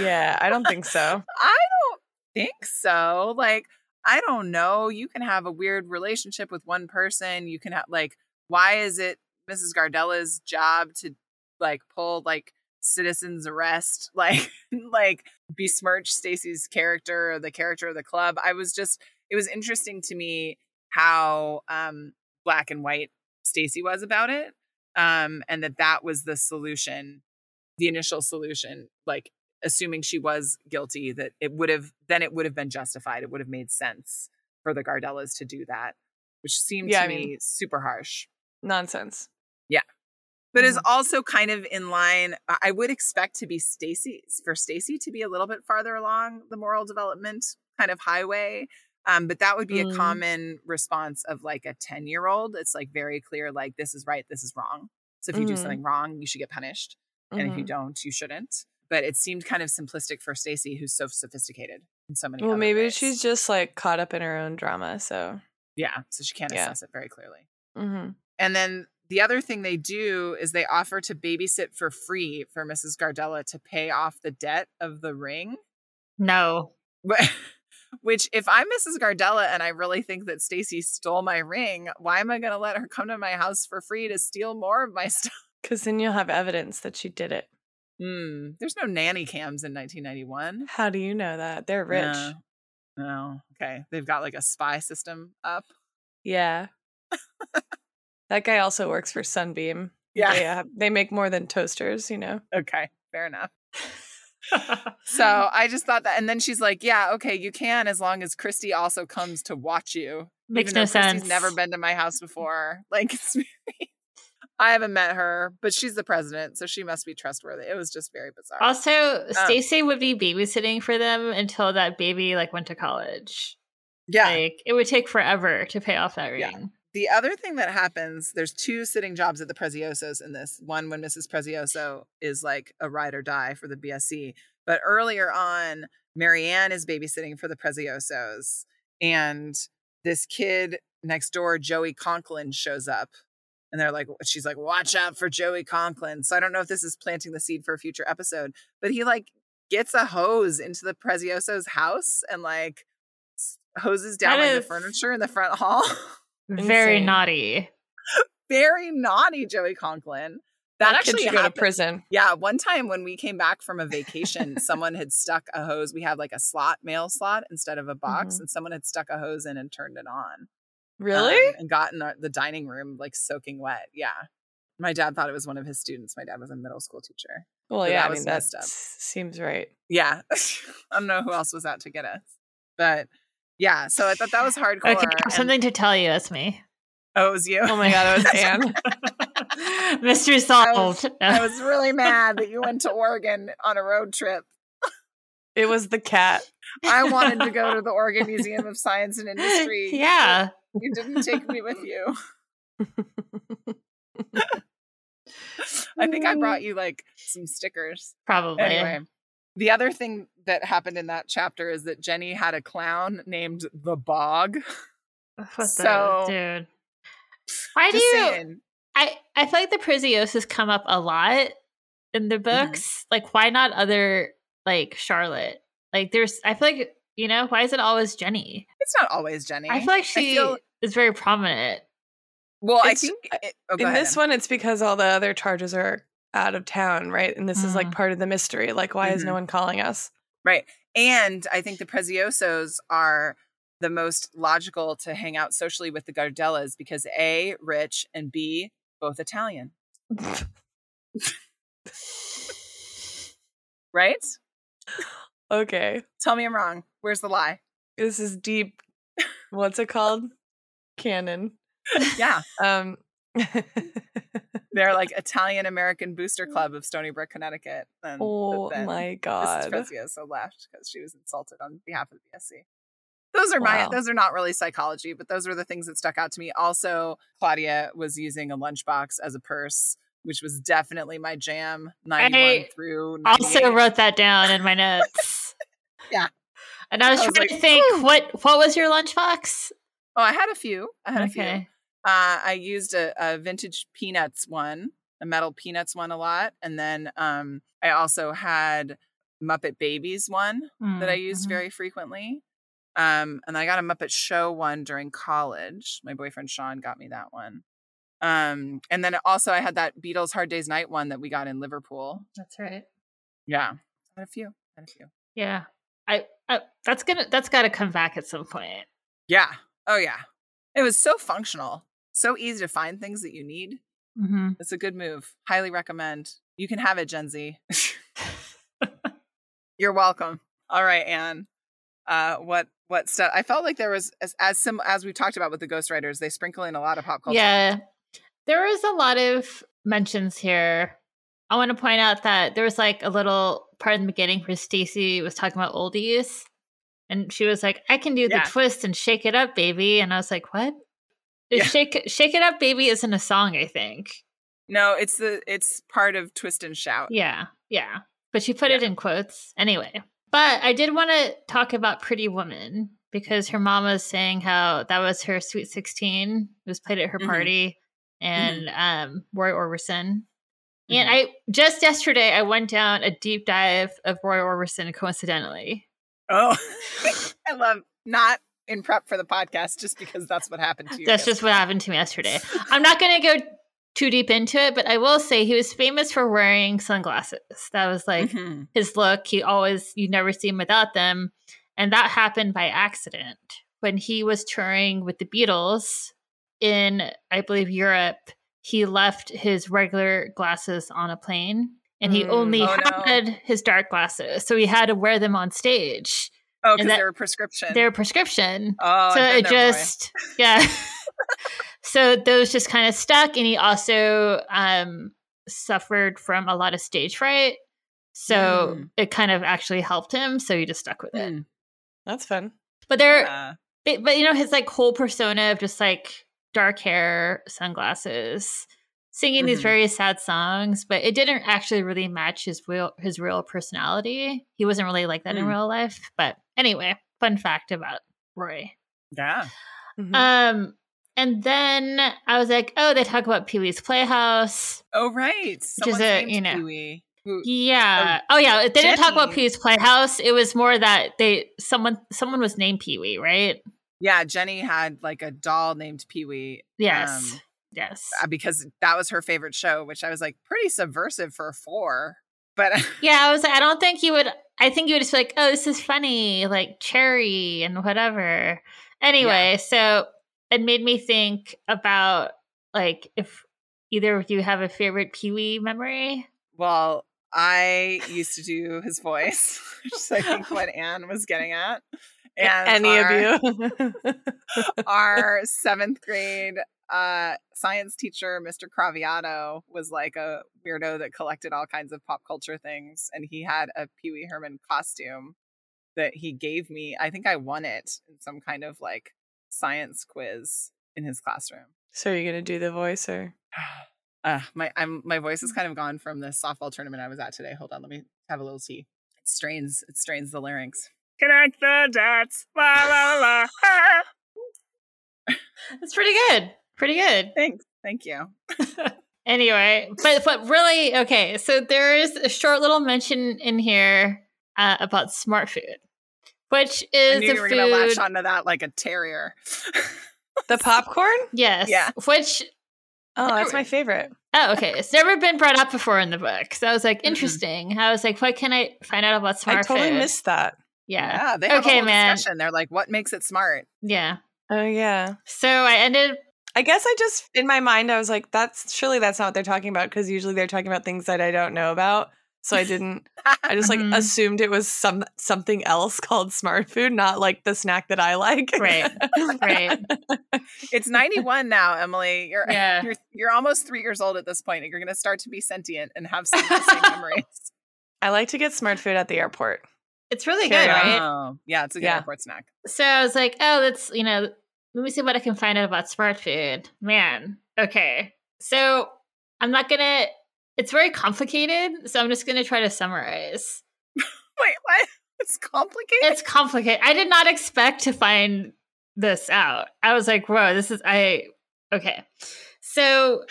S2: [LAUGHS] yeah, I don't think so.
S3: [LAUGHS] I don't think so. Like, I don't know. You can have a weird relationship with one person. You can have like, why is it Mrs. Gardella's job to like pull like citizens arrest, [LAUGHS] like like besmirch Stacy's character or the character of the club? I was just it was interesting to me how um black and white Stacy was about it. Um, and that that was the solution, the initial solution, like assuming she was guilty that it would have then it would have been justified it would have made sense for the gardellas to do that which seemed
S2: Yeah,
S3: to
S2: I
S3: me
S2: mean-
S3: super harsh
S2: Nonsense.
S3: but is
S2: Mm-hmm.
S3: also kind of in line I- i would expect to be stacy's for stacy to be a little bit farther along the moral development kind of highway um, but that would be a
S2: Mhm.
S3: common response of like a 10 year old it's like very clear like this is right this is wrong so if you do
S2: Mhm.
S3: something wrong you should get punished and if you
S2: Mhm.
S3: don't, you shouldn't. But it seemed kind of simplistic for Stacy, who's so sophisticated in so many.
S2: well,
S3: other
S2: maybe
S3: ways.
S2: she's just like caught up in her own drama. So,
S3: yeah, so she can't
S2: Yeah.
S3: assess it very clearly.
S2: hmm
S3: And then the other thing they do is they offer to babysit for free for Mrs. Gardella to pay off the debt of the ring. [LAUGHS]
S4: No.
S3: Wh- Which, if I'm Mrs. Gardella and I really think that Stacy stole my ring, why am I going to let her come to my house for free to steal more of my [LAUGHS] stuff?
S2: because then you'll have evidence that she did it.
S3: Hmm. there's no nanny cams in 1991.
S2: How do you know that? They're rich.
S3: No. No. Okay. They've got like a spy system up. [LAUGHS]
S2: Yeah. that guy also works for Sunbeam. They, uh, they make more than toasters, you know?
S3: Okay. Fair enough.
S2: [LAUGHS]
S3: So I just thought that. And then she's like, yeah, okay, you can as long as Christy also comes to watch you.
S4: Makes
S3: even though
S4: no
S3: Christy's
S4: sense.
S3: never been to my house before. [LAUGHS] Like, it's very- I haven't met her, but she's the president, so she must be trustworthy. It was just very bizarre.
S4: Also,
S3: Uh.
S4: Stacy would be babysitting for them until that baby like went to college.
S3: yeah.
S4: Like it would take forever to pay off that ring.
S3: Yeah. The other thing that happens, there's two sitting jobs at the Preziosos in this. One when Mrs. Prezioso is like a ride or die for the BSC. But earlier on, Marianne is babysitting for the Preziosos. And this kid next door, Joey Conklin, shows up. And they're like, she's like, watch out for Joey Conklin. So I don't know if this is planting the seed for a future episode, but he like gets a hose into the Prezioso's house and like s- hoses down
S4: That
S3: like,
S4: is-
S3: the furniture in the front hall. [LAUGHS]
S4: Very
S2: Insane.
S4: naughty.
S3: very naughty Joey Conklin.
S2: That
S3: That,
S2: kid
S3: actually
S2: should go
S3: happened.
S2: to prison.
S3: Yeah, one time when we came back from a vacation, someone had stuck a hose. We had like a slot, mail slot instead of a box,
S2: Mhm.
S3: and someone had stuck a hose in and turned it on.
S2: Really?
S3: um, and gotten our, the dining room like soaking wet. Yeah. My dad thought it was one of his students. My dad was a middle school teacher.
S2: well,
S3: but
S2: yeah,
S3: that
S2: I
S3: was
S2: mean, that
S3: messed up.
S2: s- seems right.
S3: Yeah. [LAUGHS] I don't know who else was out to get us. But yeah, so I thought that was hardcore.
S4: Okay, I have
S3: and-
S4: something to tell you. It's me.
S3: Oh, it was you.
S2: Oh my God, it
S3: [LAUGHS]
S2: was Anne.
S4: [LAUGHS] Mystery solved.
S3: I was really mad that you went to Oregon on a road trip
S2: It was the cat.
S4: [LAUGHS]
S3: I wanted to go to the Oregon Museum of Science and Industry.
S4: yeah.
S3: You didn't take me with you. I think I brought you like some stickers.
S4: Probably.
S3: Anyway, the other thing that happened in that chapter is that Jenny had a clown named the Bog.
S4: What
S3: So-
S4: the dude. Why do
S3: Just
S4: you
S3: saying.
S4: I I feel like the Priziosis come up a lot in
S3: Mm-hmm.
S4: the books. Like why not other like Charlotte? Like there's I feel like you know, why is it always Jenny?
S3: It's not always Jenny.
S4: I feel like she
S3: feel-
S4: is very prominent.
S3: well, I
S2: it's-
S3: think it, oh, go
S2: In
S3: ahead,
S2: this
S3: Em.
S2: one, it's because all the other charges are out of town, right? And this is like
S3: Mm-hmm.
S4: Mm.
S2: part of the mystery. Like, why is no
S3: Mhm.
S2: one calling us?
S3: Right. And I think the Preziosos are the most logical to hang out socially with the Gardellas because A, rich, and B, both Italian. right?
S2: Okay.
S3: Tell me I'm wrong. Where's the lie?
S2: This is deep. What's it called? Canon.
S3: Yeah. [LAUGHS]
S2: Um, [LAUGHS]
S3: They're like Italian American
S2: [LAUGHS]
S3: Booster Club of Stony Brook, Connecticut. And, but
S2: oh
S3: then
S2: my
S3: Mrs.
S2: god.
S3: Prezio so left because she was insulted on behalf of the BSC. Those are my
S2: Wow.
S3: those are not really psychology, but those were the things that stuck out to me. Also, Claudia was using a lunchbox as a purse, which was definitely my jam. Ninety one
S4: I
S3: through 98.
S4: Also wrote that down in my notes.
S3: [LAUGHS] Yeah.
S4: And I was,
S3: I was
S4: trying
S3: like,
S4: to think what what was your lunchbox?
S3: Oh, I had a few. I had a few.
S4: Okay.
S3: Uh, I used a, a vintage peanuts one, a metal peanuts one a lot, and then um, I also had Muppet Babies one that
S4: Mm,
S3: I
S4: mm-hmm.
S3: used very frequently. Um, and I got a Muppet Show one during college. My boyfriend Sean got me that one. Um, and then also I had that Beatles Hard Day's Night one that we got in Liverpool.
S4: That's right.
S3: Yeah, I had a few. I had a few.
S4: Yeah. I, I that's gonna that's gotta come back at some point.
S3: Yeah. Oh yeah. It was so functional, so easy to find things that you need.
S4: Mm-hmm.
S3: It's a good move. Highly recommend. You can have it, Gen
S4: [LAUGHS]
S3: Z. You're welcome. All right, Anne. Uh, what what stuff? I felt like there was as as some as we talked about with the ghostwriters, they sprinkle in a lot of pop culture.
S4: Yeah. There was a lot of mentions here. I want to point out that there was like a little part in the beginning where Stacy was talking about oldies and she was like, I can do
S3: Yeah.
S4: the twist and shake it up, baby. And I was like, What? The
S3: Yeah.
S4: Shake Shake It Up Baby isn't a song, I think.
S3: No, it's the it's part of Twist and Shout.
S4: Yeah. Yeah. But she put it in quotes. Anyway. But I did want to talk about Pretty Woman because her mom was saying how that was her sweet 16. It was played at her
S3: Mhm.
S4: party and um Roy Orbison. And I just yesterday I went down a deep dive of Roy Orbison coincidentally. [LAUGHS]
S3: Oh, I love not in prep for the podcast just because that's what happened to you.
S4: That's just what happened to me yesterday. I'm not going to go too deep into it, but I will say he was famous for wearing sunglasses. That was like
S3: Mhm.
S4: his look. He always, you never see him without them. And that happened by accident when he was touring with the Beatles in, I believe, Europe. He left his regular glasses on a plane and he
S2: Mm,
S4: only
S3: oh no.
S4: had his dark glasses. So he had to wear them on stage.
S3: oh, because
S4: and that-
S3: they're a prescription.
S4: Their prescription.
S3: oh,
S4: so
S3: I've
S4: it
S3: been there, boy.
S4: just, yeah. [LAUGHS] so those just kind of stuck. And he also um, suffered from a lot of stage fright. So
S3: Mm.
S4: it kind of actually helped him. So he just stuck with it.
S3: Mm. uh,
S2: That's fun.
S4: But there,
S3: Yeah.
S4: but, but, you know, his like whole persona of just like dark hair, sunglasses, singing these
S3: Mhm.
S4: very sad songs, but it didn't actually really match his real his real personality. He wasn't really like that in
S3: Mm.
S4: real life. But anyway, fun fact about Roy.
S3: yeah.
S2: Mhm.
S4: Um, and then I was like, oh, they talk about Pee Wee's Playhouse.
S3: Oh, right. Someone's
S4: a,
S3: named
S4: you know,
S3: Pee-wee, who-
S4: Yeah. Oh, yeah. They didn't talk about
S3: Jenny.
S4: Pee Wee's Playhouse. It was more that they someone someone was named Pee Wee, right?
S3: yeah, Jenny had like a doll named Pee Wee
S4: Yes.
S3: Um,
S4: yes.
S3: uh, because that was her favorite show, which I was like pretty subversive for four. But [LAUGHS]
S4: yeah. I was. like, I don't think you would. I think you would just be like, oh, this is funny, like Cherry and whatever. Anyway, so it made me think about like if either of you have a favorite Pee Wee memory.
S3: well, I used to do his voice, [LAUGHS] which is
S2: [LAUGHS]
S3: I think what Anne was getting at. And
S2: Any
S3: our,
S2: of
S3: [LAUGHS]
S2: you? [LAUGHS]
S3: our seventh grade uh, science teacher, Mr. Craviato, was like a weirdo that collected all kinds of pop culture things, and he had a Pee Wee Herman costume that he gave me. I think I won it in some kind of like science quiz in his [SIGHS] classroom.
S2: so are you gonna do the voice
S3: [LAUGHS]
S2: or
S3: Uh, my I'm my voice is kind of gone from the softball tournament I was at today. Hold on, let me have a little tea. It strains it strains the larynx. Connect the dots. La la la. [LAUGHS] la.
S4: That's pretty good. Pretty good.
S3: Thanks. Thank you.
S4: anyway, but but really, okay. So there is a short little mention in here uh, about smart food, which
S3: I
S4: is
S3: knew
S4: a
S3: you were gonna latch
S4: food.
S3: onto that like a terrier.
S2: the popcorn?
S4: yes.
S3: Yeah.
S4: Which
S2: Oh, that's my favorite.
S4: oh, okay. It's never been brought up before in the book. So I was like, interesting. I was like, what can I find out about smart
S2: I totally
S4: food?
S2: missed that.
S4: yeah.
S3: Yeah, they have
S4: Okay,
S3: a whole
S4: man.
S3: discussion. They're like, what makes it smart?
S4: Yeah.
S2: Oh yeah.
S4: So I ended.
S2: I guess I just in my mind I was like, that's surely that's not what they're talking about because usually they're talking about things that I don't know about. so I didn't. I just like
S4: Mhm.
S2: assumed it was some something else called smart food, not like the snack that I like.
S4: Right. Right.
S3: It's
S4: [LAUGHS]
S3: 91 now, Emily. You're
S4: Yeah.
S3: [LAUGHS] you're you're almost three years old at this point, and you're gonna start to be sentient and have some of the same
S4: [LAUGHS]
S3: memories.
S2: [LAUGHS] I like to get smart food at the airport.
S4: It's really
S2: Sure,
S4: good, right?
S3: Oh, yeah, it's a good
S2: Yeah.
S3: airport snack. [LAUGHS]
S4: So I was like, oh, that's, you know, let me see what I can find out about smart food. Man, okay. So I'm not going to, it's very complicated. So I'm just going to try to summarize.
S3: Wait, what? It's complicated.
S4: It's complicated. I did not expect to find this out. I was like, whoa, this is, I, okay. So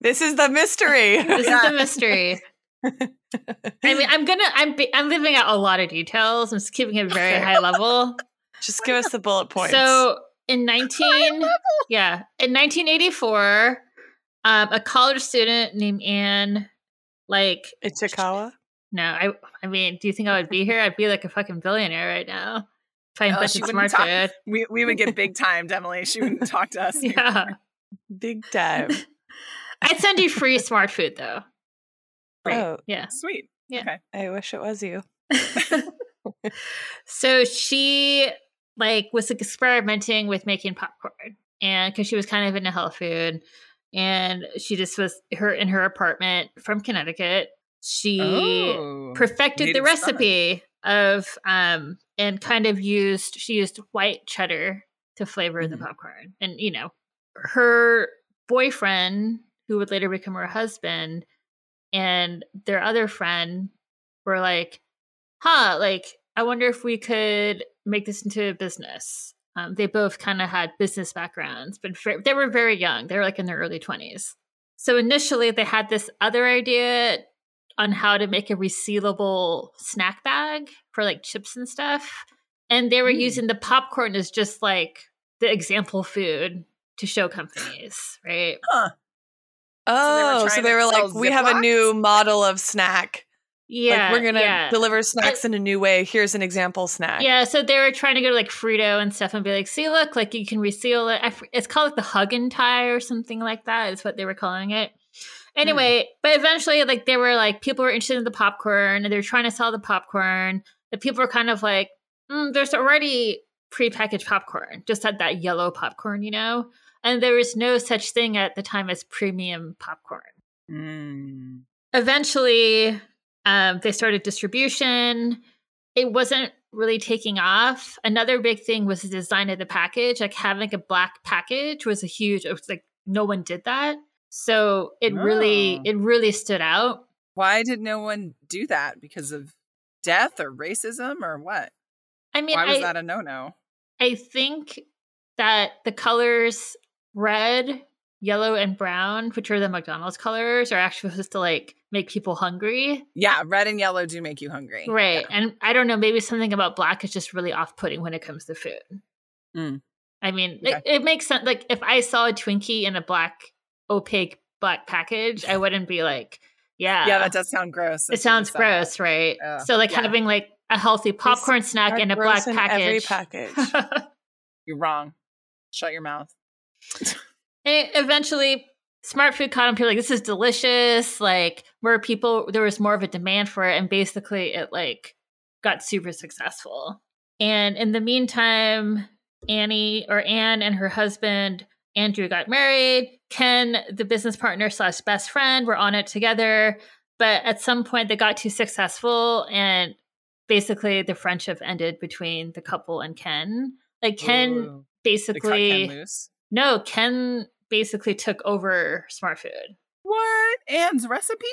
S2: This is the mystery.
S4: [LAUGHS] this is the mystery. I mean, I'm gonna, I'm, ba- I'm leaving out a lot of details. I'm just keeping it very high level.
S2: [LAUGHS] just give us the bullet points.
S4: So
S3: [LAUGHS]
S4: in 19 yeah, in 1984, um, a college student named Anne like
S2: Ichikawa.
S4: no, I I mean, do you think I would be here? I'd be like a fucking billionaire right now if I
S3: Oh, she
S4: invested
S3: wouldn't
S4: smart
S3: talk-
S4: food.
S3: we we would get big time, Emily. She
S4: [LAUGHS]
S3: wouldn't talk to us. [LAUGHS]
S4: Yeah.
S2: Big time.
S4: [LAUGHS] I'd send you free smart food though.
S3: Great.
S2: Oh,
S4: Yeah.
S3: Sweet.
S2: I wish it was you.
S4: [LAUGHS] so she like was experimenting with making popcorn and because she was kind of into health food and she just was her in her apartment from connecticut she perfected the
S3: Oh, Native son.
S4: recipe of um and kind of used she used white cheddar to flavor
S3: Mhm.
S4: the popcorn and you know her boyfriend who would later become her husband and their other friend were like huh like i wonder if we could make this into a business um, they both kind of had business backgrounds but ver- they were very young they were like in their early 20s so initially they had this other idea on how to make a resealable snack bag for like chips and stuff. And they were
S3: Mm.
S4: using the popcorn as just like the example food to show companies, right?
S3: were
S2: Oh, so
S3: trying
S2: they
S3: to
S2: were,
S3: sell
S2: like, we have a new
S3: Ziplocs?
S2: model of snack. like,
S4: Yeah.
S2: we're gonna
S4: yeah.
S2: deliver snacks in a new way. Here's an example snack.
S4: Yeah, so they were trying to go to like Frito and stuff and be like, see, look, like you can reseal it. I f- It's called like the hug and tie or something like that, is what they were calling it. Anyway, but eventually, like they were like, people were interested in the popcorn and they were trying to sell the popcorn. The people were kind of like, mm, there's already prepackaged popcorn, just had that yellow popcorn, you know? And there was no such thing at the time as premium popcorn
S3: Mm.
S4: eventually um, they started distribution it wasn't really taking off another big thing was the design of the package like having a black package was a huge it was like no one did that so it really
S3: Oh.
S4: it really stood out
S3: Why did no one do that? Because of death or racism or what?
S4: i mean
S3: Why was
S4: I,
S3: that a no no?
S4: I think that the colors red, yellow, and brown, which are the McDonald's colors, are actually supposed to like make people hungry.
S3: Yeah, red and yellow do make you hungry.
S4: Right. And I don't know, maybe something about black is just really off putting when it comes to food.
S3: Mm.
S4: I mean,
S3: Okay.
S4: it, it makes sense. Like, if I saw a Twinkie in a black, opaque black package, I wouldn't be like, yeah.
S3: Yeah, that does sound gross.
S4: it sounds gross, right?
S3: Yeah.
S4: So, like,
S3: Yeah.
S4: having like a healthy popcorn snack
S2: Are
S4: in a
S2: gross
S4: black
S2: in
S4: package.
S2: Every package.
S4: [LAUGHS]
S3: You're wrong. Shut your mouth.
S4: And eventually, smart food caught on. People were like this is delicious. Like more people, there was more of a demand for it, and basically, it like got super successful. And in the meantime, Annie or Anne and her husband Andrew got married. Ken, the business partner slash best friend, were on it together. But at some point, they got too successful, and basically, the friendship ended between the couple and Ken. Like Ken,
S3: Ooh. They cut
S4: basically,
S3: Ken loose.
S4: no, Ken basically took over Smart Food.
S3: What? Anne's recipe?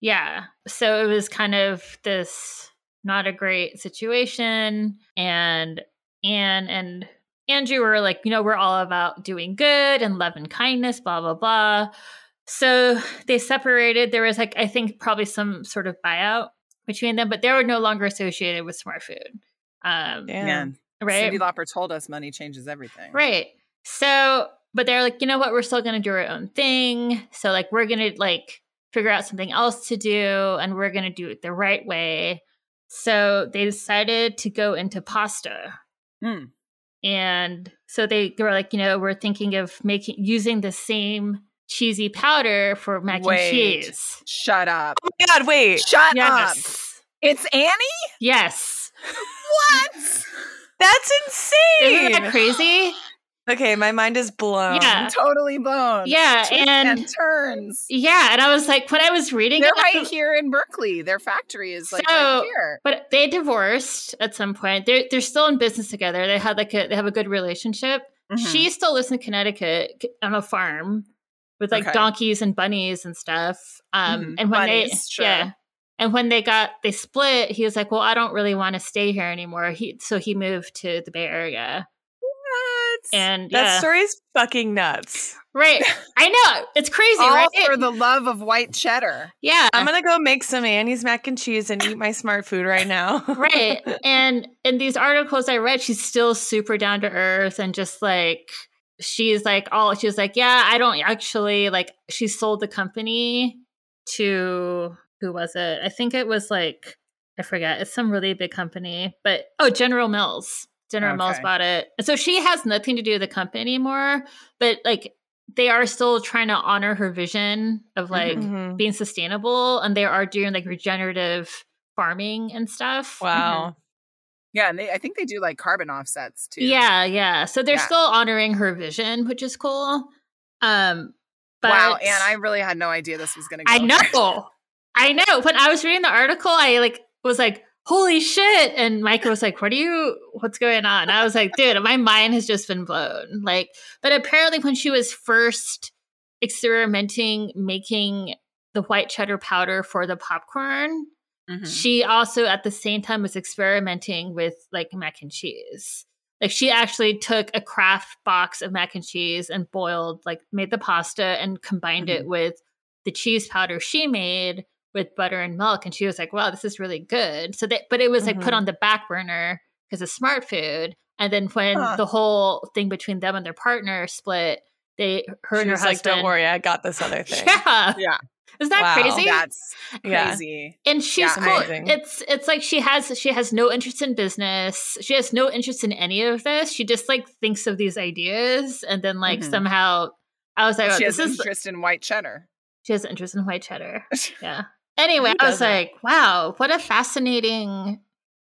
S4: Yeah. So it was kind of this not a great situation. And Anne and Andrew were like, you know, we're all about doing good and love and kindness, blah, blah, blah. So they separated. There was like, I think probably some sort of buyout between them, but they were no longer associated with Smart Food. Um,
S2: Damn.
S3: Man,
S4: right.
S3: Cindy Lauper told us money changes everything.
S4: Right. So, but they're like, you know what? We're still going to do our own thing. So, like, we're going to like figure out something else to do and we're going to do it the right way. So, they decided to go into pasta.
S3: Hmm.
S4: And so they, they were like, you know, we're thinking of making using the same cheesy powder for mac
S3: Wait. Uh, um,
S4: and cheese.
S3: Shut up.
S2: Oh my god, wait.
S3: Shut up.
S4: Yes.
S3: It's
S4: [LAUGHS]
S3: Annie?
S4: Yes.
S3: What?
S2: That's
S4: Isn't
S2: insane.
S4: that crazy?
S2: okay, my mind is blown.
S4: Yeah.
S3: totally blown.
S4: Yeah,
S3: Twists
S4: and-
S3: turns.
S4: Yeah. And I was like, when I was reading
S3: They're
S4: it, I
S3: right
S4: was-
S3: here in Berkeley. Their factory is like
S4: So-
S3: right here.
S4: But they divorced at some point. They're they're still in business together. They had like a they have a good relationship.
S3: Mm-hmm.
S4: She still lives in Connecticut c- on a farm with like
S3: Okay.
S4: donkeys and bunnies and stuff. Um,
S3: Mhm.
S4: and when
S3: Bunnies,
S4: they
S3: sure.
S4: yeah, and when they got they split, he was like, "Well, I don't really want to stay here anymore." He so he moved to the Bay Area,
S3: What?
S4: and
S2: That
S4: yeah,
S2: story's fucking nuts.
S3: [LAUGHS]
S4: right. I know it's crazy,
S3: All
S4: right?
S3: for [LAUGHS] the love of white cheddar.
S4: yeah,
S2: I'm gonna go make some Annie's mac and cheese and eat my smart food right now. [LAUGHS]
S4: right and in these articles i read she's still super down to earth and just like she's like all she's like yeah i don't actually like she sold the company to who was it i think it was like i forget it's some really big company but oh general mills general mills
S3: Okay.
S4: bought it and so she has nothing to do with the company anymore but like they are still trying to honor her vision of like
S2: Mhm.
S4: being sustainable and they are doing like regenerative farming and stuff. Mm-hmm.
S2: Wow.
S3: Yeah, and they, I think they do like carbon offsets too.
S4: Yeah, yeah. So they're
S3: Yeah.
S4: still honoring her vision, which is cool. Um but
S3: wow, and I really had no idea this was going to go. [LAUGHS]
S4: I
S3: there.
S4: know. I know. When I was reading the article, I like was like, holy shit. And Micah was like, What are you what's going on? I was like, dude, my mind has just been blown. Like, but apparently when she was first experimenting making the white cheddar powder for the popcorn,
S3: Mm-hmm.
S2: Mm-hmm.
S4: she also at the same time was experimenting with like mac and cheese like she actually took a craft box of mac and cheese and boiled like made the pasta and combined it
S2: Mm-hmm.
S4: with the cheese powder she made with butter and milk and she was like wow this is really good so that but it was like put
S2: Mhm.
S4: on the back burner because it's smart food and then when
S3: Huh.
S4: the whole thing between them and their partner split they Mm-hmm. her
S2: She
S4: and her
S2: was
S4: husband
S2: like, don't worry, I got this other thing.
S4: [LAUGHS] yeah
S3: Yeah.
S4: is that
S2: Wow.
S4: crazy
S3: Oh, That's
S2: Yeah.
S3: crazy.
S4: and she's
S3: Yeah,
S4: cool.
S2: amazing.
S4: it's it's like she has she has no interest in business she has no interest in any of this she just like thinks of these ideas and then like
S3: Mhm.
S4: somehow i was like oh,
S3: she has
S4: this is
S3: interest in white cheddar.
S4: she has interest in
S3: [LAUGHS]
S4: white cheddar yeah anyway
S2: Who
S4: i was
S2: doesn't?
S4: like wow what a fascinating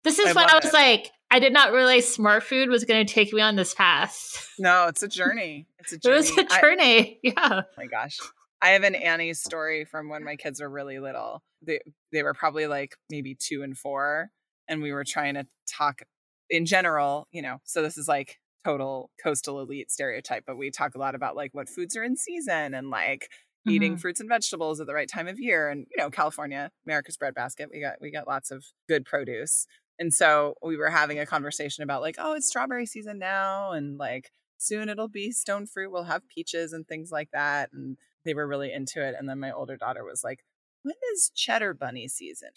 S4: this is
S3: I
S4: when i
S3: love
S4: was
S3: it.
S4: like i did not realize smart food was going to take me on this path
S3: No, it's a journey. It's a
S4: [LAUGHS] it
S3: journey.
S4: was a
S3: I-
S4: journey [LAUGHS] yeah
S3: Oh my gosh. I have an Annie story from when my kids were really little. They they were probably like maybe 2 and 4 and we were trying to talk in general, you know. So this is like total coastal elite stereotype, but we talk a lot about like what foods are in season and like eating
S4: Mhm.
S3: fruits and vegetables at the right time of year and you know, California, America's breadbasket, we got we got lots of good produce. And so we were having a conversation about like, oh, it's strawberry season now and like soon it'll be stone fruit. We'll have peaches and things like that. And they were really into it. And then my older daughter was like, when is cheddar bunny season?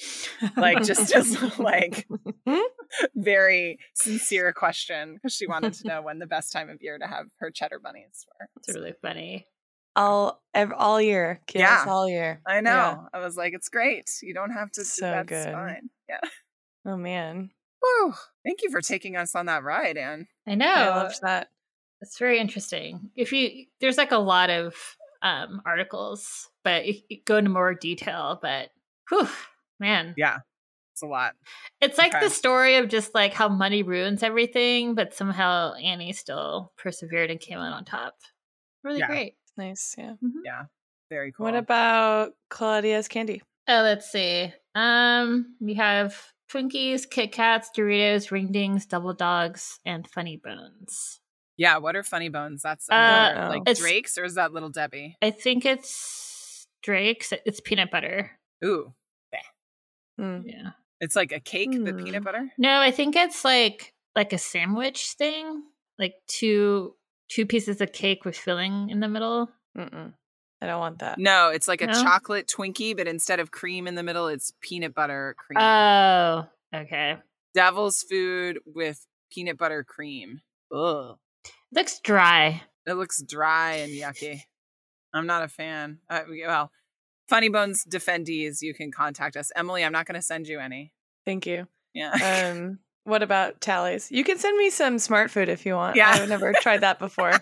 S3: Like just just
S2: [LAUGHS]
S3: like
S2: Hmm?
S3: very sincere question because she wanted to know when the best time of year to have her cheddar bunnies were.
S4: it's really funny
S2: all ev- all year. Kids
S3: Yeah.
S2: all year.
S3: I know.
S2: Yeah.
S3: I was like, it's great. You don't have to.
S2: So
S3: that's
S2: good.
S3: fine. Yeah.
S2: Oh man.
S3: Whew. Thank you for taking us on that ride, Anne.
S4: i know
S2: I loved that.
S4: It's very interesting. If you there's like a lot of um articles, but you, you go into more detail, but whew, man.
S3: Yeah. It's a lot.
S4: It's like
S3: Okay.
S4: the story of just like how money ruins everything, but somehow Annie still persevered and came out on top. Really
S3: Yeah.
S4: great.
S2: Nice, yeah.
S3: Very cool.
S2: What about Claudia's candy?
S4: Oh, let's see. Um we have Twinkies, Kit Kats, Doritos, Ring Dings, Double Dogs, and Funny Bones.
S3: yeah. What are funny bones? That's
S4: Uh,
S3: another, like
S4: it's-
S3: Drake's or is that little Debbie?
S4: I think it's Drake's. It's peanut butter.
S3: Ooh.
S2: Mm.
S4: Yeah.
S3: It's like a cake, but
S2: Hmm.
S3: peanut butter.
S4: No, I think it's like like a sandwich thing, like two two pieces of cake with filling in the middle.
S2: Mm-mm. I don't want that.
S3: No, it's like a
S4: No?
S3: chocolate Twinkie, but instead of cream in the middle, it's peanut butter cream.
S4: Oh, okay.
S3: Devil's food with peanut butter cream. Ugh.
S4: Looks dry.
S3: It looks dry and yucky. I'm not a fan. Uh, we- well, Funny Bones defendees, you can contact us. Emily, I'm not going to send you any.
S2: Thank you.
S3: Yeah. [LAUGHS]
S2: Um what about tallies? You can send me some smart food if you want.
S3: Yeah. [LAUGHS]
S2: I've never tried that before.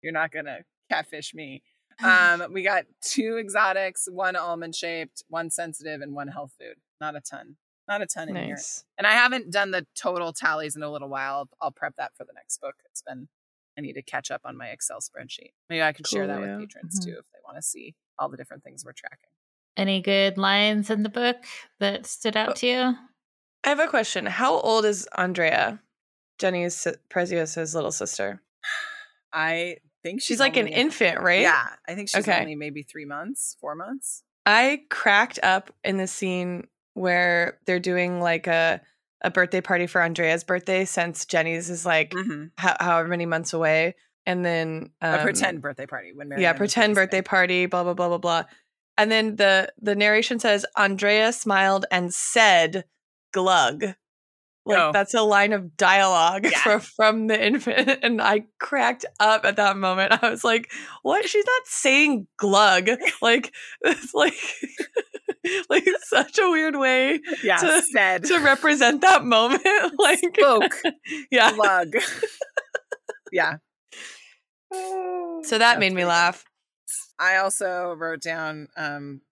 S3: You're not going to catfish me. Um, we got two exotics, one almond shaped, one sensitive, and one health food. Not a ton. Not a ton in here.
S2: Nice.
S3: And I haven't done the total tallies in a little while. I'll, I'll prep that for the next book. It's been I need to catch up on my Excel spreadsheet. Maybe I could share
S2: Cool,
S3: that
S2: yeah. Mm-hmm.
S3: with patrons
S4: Mhm.
S3: too if they want to see all the different things we're tracking.
S4: Any good lines in the book that stood out to you?
S2: I have a question. How old is Andrea, Jenny's si- Preziosa's little sister?
S3: I think
S2: She's like an
S3: only-
S2: infant, right?
S3: Yeah, I think she's
S2: Okay.
S3: only maybe three months, four months.
S2: I cracked up in the scene where they're doing like a a birthday party for Andrea's birthday since Jenny's is like
S3: Mhm.
S2: ho- however many months away, and then um,
S3: a pretend birthday party when Mary
S2: yeah,
S3: Ann was
S2: pretend birthday party,
S3: participating.
S2: blah blah blah blah blah, and then the the narration says Andrea smiled and said glug, like
S3: Oh.
S2: that's a line of dialogue [LAUGHS]
S3: Yeah.
S2: from from the infant, [LAUGHS] and I cracked up at that moment. I was like, what? She's not saying
S4: [LAUGHS]
S2: glug, like [LAUGHS] it's like like such a weird way
S3: Yeah,
S2: [LAUGHS] to-
S3: said
S2: to
S3: [LAUGHS]
S2: represent that moment, [LAUGHS] like
S3: spoke
S2: yeah.
S3: plug. [LAUGHS] yeah.
S2: So
S3: That's
S2: that made
S3: pretty
S2: me
S3: good.
S2: laugh.
S3: I also wrote down um,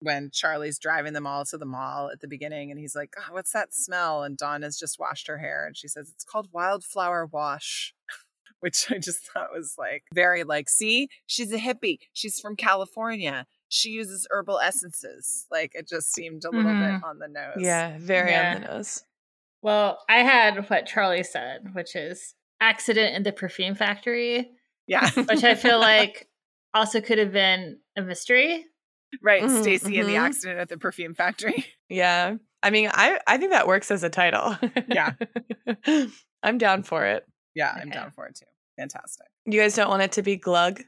S3: when Charlie's driving them all to the mall at the beginning, and he's like, oh, "What's that smell?" And Dawn has just washed her hair, and she says, "It's called wildflower wash." [LAUGHS] Which I just thought was like very like, see, she's a hippie. She's from California. She uses herbal essences. Like it just seemed a little
S4: Mhm.
S3: bit on the nose.
S2: Yeah, very
S4: Yeah.
S2: on the nose.
S4: Well, I had what Charlie said, which is accident in the perfume factory,
S3: Yeah. [LAUGHS]
S4: which
S2: [LAUGHS]
S4: I feel [LAUGHS] like also could have been a mystery.
S3: right.
S2: Mhm,
S3: Stacy and the
S2: mhm.
S3: accident at the perfume factory. [LAUGHS]
S2: Yeah. I mean, I I think that works as a title.
S3: Yeah.
S2: [LAUGHS] I'm down for it.
S3: Yeah, I'm
S4: Yeah.
S3: down for it too. Fantastic.
S2: You guys don't want it to be glug?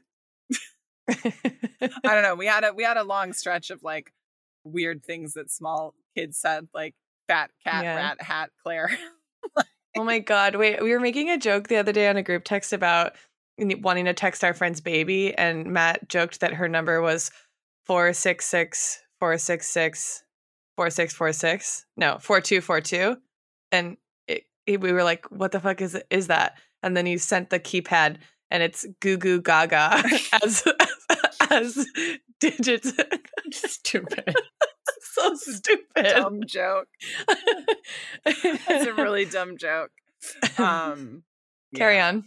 S2: [LAUGHS]
S3: I don't know. We had a we had a long stretch of like weird things that small kids said, like fat cat,
S2: Yeah.
S3: rat, hat, Claire. [LAUGHS]
S2: [LAUGHS] oh my god. Wait, we were making a joke the other day on a group text about n- wanting to text our friend's baby and Matt joked that her number was 466 466 4646. No, 4242. And it, it- we were like, what the fuck is is that? And then you sent the keypad and it's goo goo
S3: [LAUGHS]
S2: gaga as as digits.
S4: Stupid.
S2: [LAUGHS] so stupid.
S3: dumb joke. That's
S2: [LAUGHS]
S3: a really dumb joke. Um
S2: Carry
S3: yeah.
S2: on.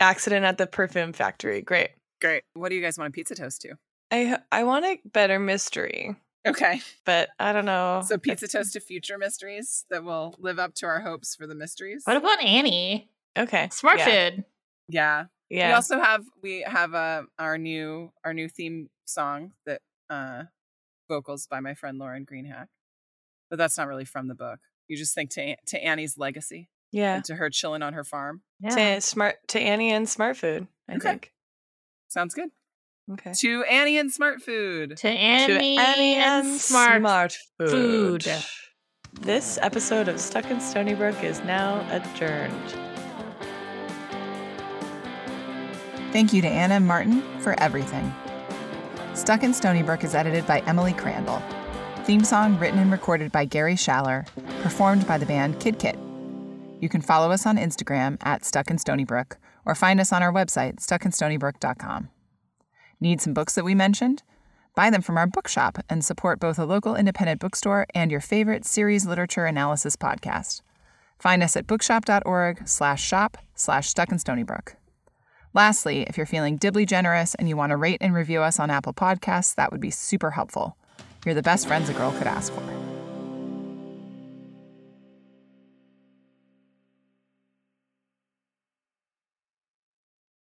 S2: Accident at the perfume factory. Great.
S3: Great. What do you guys want a pizza toast to?
S2: I I want a better mystery,
S3: Okay.
S2: but Oh, I don't know.
S3: So pizza toast to future mysteries that will live up to our hopes for the mysteries.
S4: What about Annie?
S2: Okay.
S4: Smart
S2: yeah.
S4: food.
S3: yeah. We
S2: Yeah.
S3: also have we have uh, our new our new theme song that uh vocals by my friend Lauren Greenhack. But that's not really from the book. You just think to to Annie's legacy
S2: yeah.
S3: and to her chilling on her farm.
S2: To smart to Annie and smart food. I
S3: Okay.
S2: think.
S3: Sounds good.
S2: Okay.
S3: To Annie and Smart Food.
S4: To Annie, and Smart. food. food.
S2: This episode of Stuck in Stony Brook is now adjourned.
S3: Thank you to Anna and Martin for everything. Stuck in Stony Brook is edited by Emily Crandall. Theme song written and recorded by Gary Schaller, performed by the band Kid Kit. You can follow us on Instagram at Stuck in Stony Brook or find us on our website, stuckinstonybrook.com. Need some books that we mentioned? Buy them from our bookshop and support both a local independent bookstore and your favorite series literature analysis podcast. Find us at bookshop.org slash shop slash stuck in Stony Brook. Lastly, if you're feeling dibly generous and you want to rate and review us on Apple Podcasts, that would be super helpful. You're the best friends a girl could ask for.